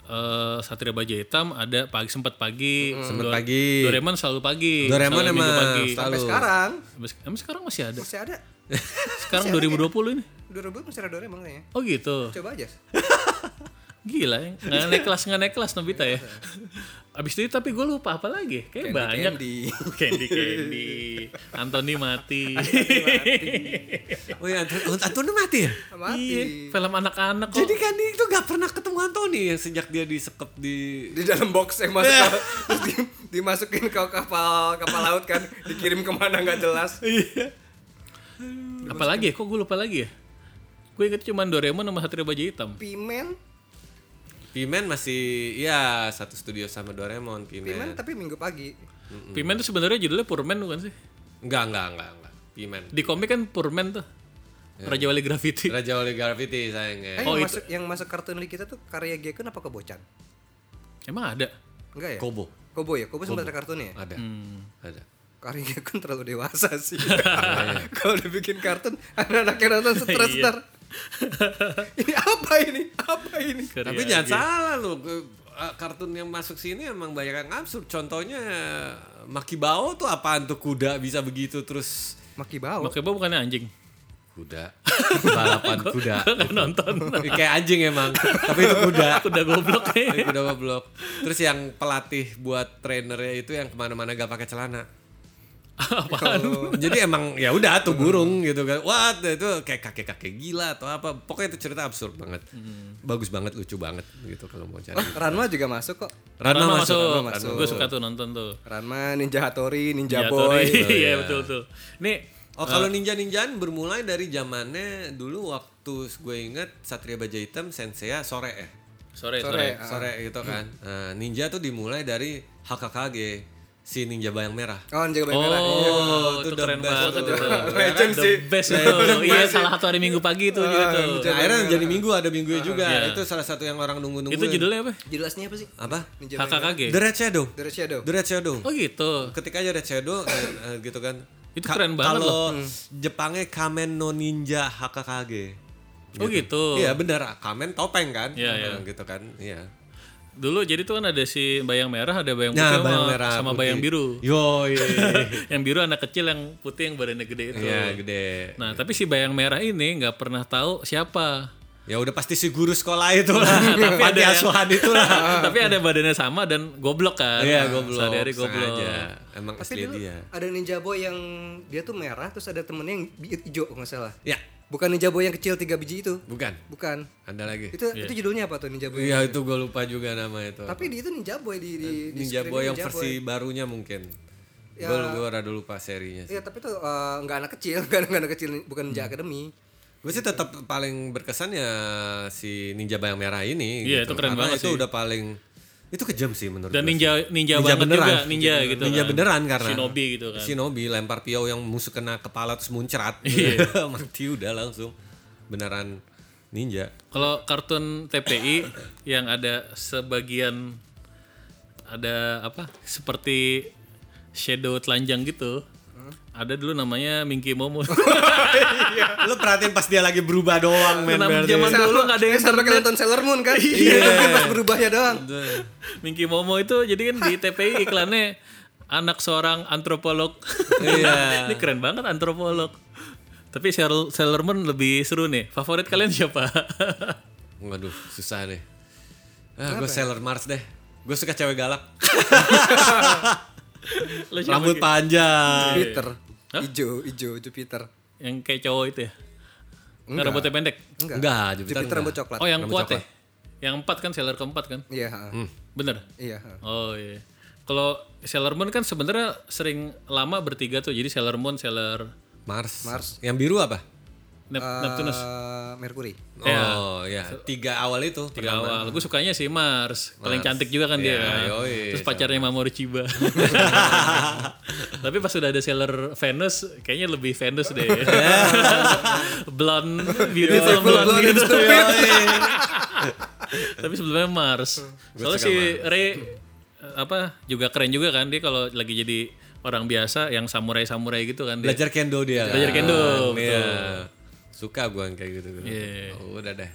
Speaker 1: eh Satria Baja Hitam ada pagi sempat pagi,
Speaker 2: Sempet
Speaker 1: Dor-
Speaker 2: pagi.
Speaker 1: Doraemon selalu pagi.
Speaker 2: Doraemon
Speaker 1: selalu Iya, minggu
Speaker 2: emang
Speaker 1: pagi.
Speaker 2: selalu.
Speaker 3: sampai sekarang
Speaker 1: Emang se- Emang sekarang masih ada?
Speaker 3: masih ada
Speaker 1: Sekarang 2020 ini.
Speaker 3: 2000 masih ada Doraemon kayaknya
Speaker 1: Oh gitu.
Speaker 3: coba aja
Speaker 1: Gila ya. Nggak naik kelas, nggak naik kelas Nobita ya. Abis itu tapi gue lupa apa lagi. Kayak banyak.
Speaker 3: Candy.
Speaker 1: Candy, Candy. Anthony mati.
Speaker 2: Oh iya, Anton- Antoni mati ya?
Speaker 1: Iya,
Speaker 3: mati
Speaker 1: film anak-anak kok.
Speaker 2: Jadi kan itu gak pernah ketemu Antoni ya sejak dia disekep di
Speaker 3: di dalam box yang
Speaker 1: Iya.
Speaker 3: masuk ke- terus di- dimasukin ke kapal kapal laut kan dikirim kemana nggak jelas
Speaker 1: Iya. Apalagi ya? Kok gue lupa lagi ya? Gue inget cuma Doraemon sama Satria Baja Hitam.
Speaker 3: pimen
Speaker 2: Pimen masih ya satu studio sama Doraemon
Speaker 3: pimen
Speaker 2: Pimen.
Speaker 3: tapi minggu pagi
Speaker 1: Pimen tuh sebenarnya judulnya Purman bukan sih?
Speaker 2: Enggak, enggak, enggak, enggak. Pimen.
Speaker 1: Di komik kan Purman tuh.
Speaker 2: Iya.
Speaker 1: Raja Wali Graffiti.
Speaker 2: Raja Oli Graffiti sayangnya.
Speaker 3: eh,
Speaker 1: Oh,
Speaker 3: yang
Speaker 1: itu-
Speaker 3: masuk yang masuk kartun di kita tuh karya Gekun apa kebocan
Speaker 1: Emang ada? iya.
Speaker 3: enggak ya
Speaker 2: Kobo
Speaker 3: Kobo ya, Kobo sempat ada kartunnya ya?
Speaker 2: ada.
Speaker 1: Hmm.
Speaker 2: Ada.
Speaker 3: Karya kan terlalu dewasa sih. Kalau dibikin kartun anak-anak yang nonton stres
Speaker 1: Iya.
Speaker 3: ter. ini apa ini? Apa ini?
Speaker 2: Tapi
Speaker 1: ya,
Speaker 2: jangan salah lu. Ke- eh, Kartun yang masuk sini emang banyak yang absurd. Contohnya Makibao tuh apaan tuh kuda bisa begitu terus
Speaker 3: Maki bau.
Speaker 1: Makanya bukannya anjing.
Speaker 2: kuda balapan kuda
Speaker 1: Nggak nonton.
Speaker 2: kayak anjing emang tapi itu kuda
Speaker 1: Kuda goblok ya.
Speaker 2: Itu kuda goblok terus yang pelatih buat trainernya itu yang kemana-mana gak pakai celana
Speaker 1: Apaan?
Speaker 2: Jadi emang ya udah tuh burung gitu kan. Wah itu kayak kakek-kakek gila atau apa. Pokoknya itu cerita absurd banget. Bagus banget, lucu banget gitu kalau mau cari.
Speaker 3: Oh, Ranma juga masuk kok.
Speaker 1: Ranma
Speaker 2: Ranma masuk.
Speaker 1: masuk.
Speaker 3: Ranma masuk.
Speaker 1: Gue suka tuh nonton tuh.
Speaker 3: Ranma, Ninja Hattori,
Speaker 1: Ninja
Speaker 3: Ninja Boy.
Speaker 1: Hattori. Iya betul tuh. Nih
Speaker 2: Oh kalau ninja ninjaan bermulai dari zamannya dulu waktu gue inget Satria Baja Hitam Sensei sore eh
Speaker 1: sore sore.
Speaker 3: Sore.
Speaker 2: sore gitu kan. Nah, ninja tuh dimulai dari HKKG si ninja bayang merah.
Speaker 3: Oh, Ninja Boy Merah.
Speaker 1: Oh,
Speaker 2: Iya. itu
Speaker 1: itu
Speaker 2: the
Speaker 1: keren
Speaker 2: best
Speaker 1: banget
Speaker 2: tuh.
Speaker 1: itu.
Speaker 3: Legend
Speaker 1: The
Speaker 3: sih.
Speaker 1: best itu. Iya, salah satu hari Minggu pagi itu gitu tuh.
Speaker 2: Nah, akhirnya jadi minggu ada minggunya juga. Itu salah satu yang orang nunggu-nunggu.
Speaker 1: Iya. Itu judulnya apa?
Speaker 3: Jelasnya apa sih?
Speaker 2: apa?
Speaker 3: Ninja Boy Merah.
Speaker 1: HKKG.
Speaker 2: The Red Shadow.
Speaker 3: The Red Shadow.
Speaker 2: The Red Shadow.
Speaker 1: Oh gitu.
Speaker 2: Ketika aja Red Shadow eh, eh, gitu kan.
Speaker 1: Itu keren banget
Speaker 2: Kalau Hmm. Jepangnya Kamen no Ninja HKKG.
Speaker 1: Oh gitu.
Speaker 2: Iya benar, Kamen topeng kan?
Speaker 1: Iya, iya.
Speaker 2: Nah, gitu kan. Iya.
Speaker 1: Dulu jadi tuh kan ada si bayang merah, ada bayang putih
Speaker 2: Nah,
Speaker 1: sama,
Speaker 2: bayang merah
Speaker 1: sama
Speaker 2: putih.
Speaker 1: bayang biru.
Speaker 2: Yo, iya.
Speaker 1: yang biru anak kecil, yang putih yang badannya gede itu.
Speaker 2: Iya, gede.
Speaker 1: Nah, tapi si bayang merah ini nggak pernah tahu siapa.
Speaker 2: Ya udah pasti si guru sekolah itu lah.
Speaker 1: Nah, Tapi ada ya.
Speaker 2: Panti
Speaker 1: yang-
Speaker 2: asuhan itu lah.
Speaker 1: tapi ada badannya sama dan goblok kan.
Speaker 2: Ah. Iya, goblok.
Speaker 1: Sehari-hari goblok.
Speaker 2: Sengaja. Emang
Speaker 3: Tapi
Speaker 2: asli
Speaker 3: dulu
Speaker 2: dia.
Speaker 3: ada Ninja Boy yang dia tuh merah terus ada temennya yang bi- hijau kalau nggak salah.
Speaker 2: Ya,
Speaker 3: Bukan Ninja Boy yang kecil tiga biji itu.
Speaker 2: bukan.
Speaker 3: Bukan.
Speaker 2: Ada lagi.
Speaker 3: Itu
Speaker 1: Iya.
Speaker 3: itu judulnya apa tuh Ninja Boy?
Speaker 2: Iya, itu gue lupa juga nama itu.
Speaker 3: Tapi di itu Ninja Boy di, di, di
Speaker 2: Ninja
Speaker 3: screen
Speaker 2: Boy yang
Speaker 3: Ninja Ya.
Speaker 2: versi barunya mungkin. Gue gue rada lupa serinya.
Speaker 3: Iya, tapi tuh eh, nggak anak kecil, nggak nggak anak kecil,
Speaker 2: Hmm.
Speaker 3: bukan
Speaker 1: Iya.
Speaker 3: Ninja Academy.
Speaker 2: Gue sih tetap paling berkesan ya si Ninja Bayang Merah ini. gitu.
Speaker 1: Iya, itu keren
Speaker 2: Karena
Speaker 1: banget
Speaker 2: itu
Speaker 1: sih.
Speaker 2: udah paling itu kejam sih menurut
Speaker 1: Dan
Speaker 2: gua sih.
Speaker 1: ninja ninja, banget juga, ninja gitu.
Speaker 2: Ninja
Speaker 1: kan.
Speaker 2: beneran karena
Speaker 1: Shinobi gitu kan.
Speaker 2: Shinobi lempar piau yang musuh kena kepala terus muncrat.
Speaker 1: Iya.
Speaker 2: Mati udah langsung. Beneran ninja.
Speaker 1: Kalau kartun TPI yang ada sebagian ada apa seperti shadow telanjang gitu.
Speaker 2: Hmm?
Speaker 1: Ada dulu namanya Minky Momo. Iya.
Speaker 2: Lu perhatiin pas dia lagi berubah doang men
Speaker 1: Kenapa
Speaker 2: berarti.
Speaker 1: zaman dulu nggak ada
Speaker 3: Eh,
Speaker 1: yang
Speaker 3: sampai kalian nonton Sailor Moon kan? Iya. Pas berubahnya doang.
Speaker 1: Minky Momo itu jadi kan di TPI iklannya anak seorang antropolog.
Speaker 2: Iya.
Speaker 1: Ini keren banget antropolog. Tapi Sailor Sailor Moon lebih seru nih. Favorit kalian siapa?
Speaker 2: Waduh, susah nih. Ah, gue Sailor Mars deh. Gue suka cewek galak.
Speaker 1: Lo siapa,
Speaker 2: Rambut
Speaker 1: Ki?
Speaker 2: panjang.
Speaker 3: Jupiter. Ijo, ijo Jupiter.
Speaker 2: Iya.
Speaker 1: yang kayak cowok itu ya? Yang rambutnya pendek.
Speaker 3: Enggak.
Speaker 2: Enggak, Jupiter
Speaker 3: Jupiter
Speaker 2: enggak.
Speaker 3: rambut coklat.
Speaker 1: Oh, yang kuat ya? Yang empat kan Sailor keempat kan?
Speaker 3: Iya, ha.
Speaker 2: Hmm.
Speaker 1: Bener.
Speaker 3: Iya, ha.
Speaker 1: Oh iya. Kalau Sailor Moon kan sebenarnya sering lama bertiga tuh. Jadi Sailor Moon, Sailor
Speaker 2: Mars. Yang biru apa?
Speaker 1: Nep- Neptunus. iya,
Speaker 3: Eh, Mercury.
Speaker 2: Oh, ya. Tiga awal itu. Tiga
Speaker 1: Awal. Gue sukanya si Mars. Paling cantik juga kan dia.
Speaker 2: Iya,
Speaker 1: kan?
Speaker 2: yoi,
Speaker 1: Terus pacarnya Mamoru Chiba. Tapi pas sudah ada Sailor Venus, kayaknya lebih Venus deh.
Speaker 2: Iya.
Speaker 1: blonde, beautiful blonde
Speaker 3: Blonde and
Speaker 1: gitu.
Speaker 3: stupid.
Speaker 1: Tapi sebelumnya Mars. Soalnya si Ray eh, apa juga keren juga kan dia kalau lagi jadi orang biasa yang samurai-samurai gitu kan dia.
Speaker 2: Belajar kendo dia. kan?
Speaker 1: Belajar kendo,
Speaker 2: Iya. Suka gue yang kayak gitu.
Speaker 1: Iya.
Speaker 2: Oh, udah deh.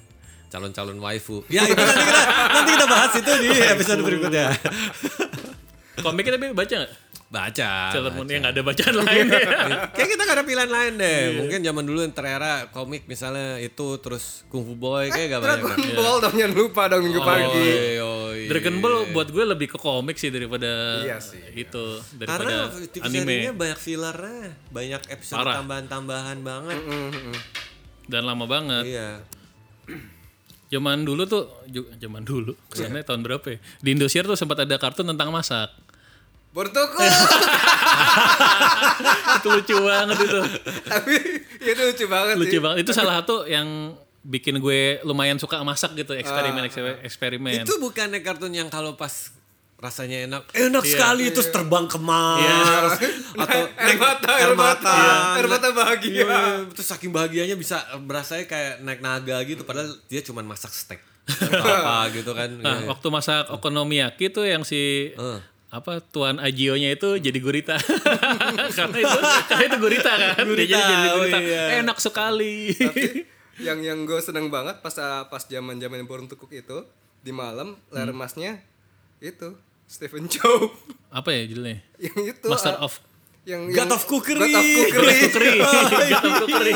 Speaker 2: Calon-calon waifu. Ya itu nanti kita, nanti kita bahas itu di episode berikutnya.
Speaker 1: Komiknya tapi baca nggak?
Speaker 2: Ah, Baca. Iya.
Speaker 1: Sailor Moon yang nggak ada bacaan lain ya.
Speaker 2: Kayak kita gak ada pilihan lain deh.
Speaker 1: Iya.
Speaker 2: Mungkin zaman dulu yang terera komik misalnya itu terus Kung Fu
Speaker 3: Eh,
Speaker 2: Boy kayak gak banyak.
Speaker 3: Dragon Ball dong jangan lupa dong minggu
Speaker 1: Oh, iya.
Speaker 3: pagi.
Speaker 2: Oi, oi.
Speaker 1: Dragon Ball buat gue lebih ke komik sih daripada
Speaker 3: Iya sih,
Speaker 1: itu
Speaker 2: Karena
Speaker 1: daripada
Speaker 2: TV serinya
Speaker 1: anime
Speaker 2: banyak fillernya, banyak episode
Speaker 1: Parah.
Speaker 2: tambahan-tambahan banget.
Speaker 1: dan lama banget.
Speaker 2: Iya.
Speaker 1: Zaman dulu tuh ju- zaman dulu kesannya tahun berapa ya? Di Indosiar tuh sempat ada kartun tentang masak.
Speaker 3: Bertuku.
Speaker 1: itu lucu banget itu.
Speaker 3: Tapi ya itu lucu banget
Speaker 1: Lucu
Speaker 3: sih.
Speaker 1: banget. Itu salah satu yang bikin gue lumayan suka masak gitu
Speaker 3: Ah,
Speaker 1: eksperimen eksperimen.
Speaker 2: Itu bukannya kartun yang kalau pas rasanya enak, enak
Speaker 1: Iya.
Speaker 2: sekali terus terbang ke Mars atau
Speaker 3: Iya. Air mata, air mata,
Speaker 1: Iya.
Speaker 3: air mata bahagia.
Speaker 2: Iya, terus saking bahagianya bisa berasanya kayak naik naga gitu padahal dia cuman masak steak atau apa gitu kan.
Speaker 1: Nah,
Speaker 2: Iya. Ah.
Speaker 1: waktu masak okonomiyaki tuh yang si apa tuan Ajionya itu jadi gurita. karena itu karena itu gurita kan. Dia
Speaker 2: Gurita,
Speaker 1: jadi jadi
Speaker 2: oh
Speaker 1: gurita.
Speaker 2: iya.
Speaker 1: Enak sekali.
Speaker 3: yang yang gue seneng banget pas ah, pas zaman zaman burung tukuk itu di malam layar
Speaker 1: Hmm.
Speaker 3: emasnya itu Stephen Chow
Speaker 1: apa ya judulnya?
Speaker 3: yang itu
Speaker 1: Master
Speaker 3: ah,
Speaker 1: of
Speaker 3: yang
Speaker 2: God
Speaker 3: yang-
Speaker 2: of Cookery.
Speaker 3: God of
Speaker 1: God
Speaker 3: Cookery
Speaker 1: of Cookery. God of Cookery.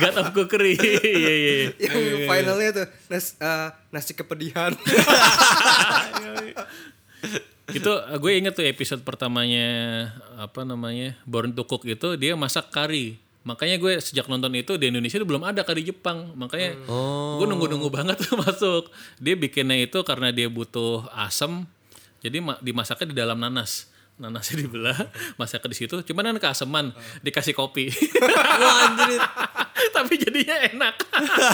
Speaker 1: God of Cookery. Iya iya. iya.
Speaker 3: yang finalnya tuh nas- ah, nasi kepedihan
Speaker 1: itu eh, gue inget tuh episode pertamanya apa namanya Born to Cook itu dia masak kari makanya gue sejak nonton itu di Indonesia itu belum ada kari Jepang makanya gue nunggu-nunggu banget tuh masuk dia bikinnya itu karena dia butuh asam jadi ma- dimasaknya di dalam nanas nanasnya dibelah masaknya di situ cuman kan keaseman dikasih kopi
Speaker 2: Wah anjir.
Speaker 1: tapi jadinya enak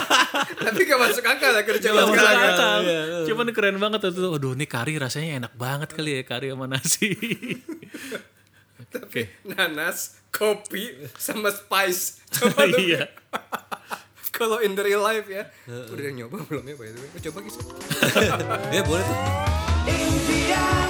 Speaker 3: Tapi gak masuk akal ya kerja
Speaker 1: Gak Iya, masuk
Speaker 3: sekarang kan.
Speaker 1: akal. Cuman keren banget itu. Aduh ini kari rasanya enak banget kali ya kari sama nasi. Oke.
Speaker 3: Nanas, kopi, sama spice. Coba tuh.
Speaker 1: Iya.
Speaker 3: Kalau in the real life ya.
Speaker 2: Iya,
Speaker 3: Udah nyoba belum ya? by the way? Coba gitu.
Speaker 2: Ya boleh tuh.
Speaker 4: impian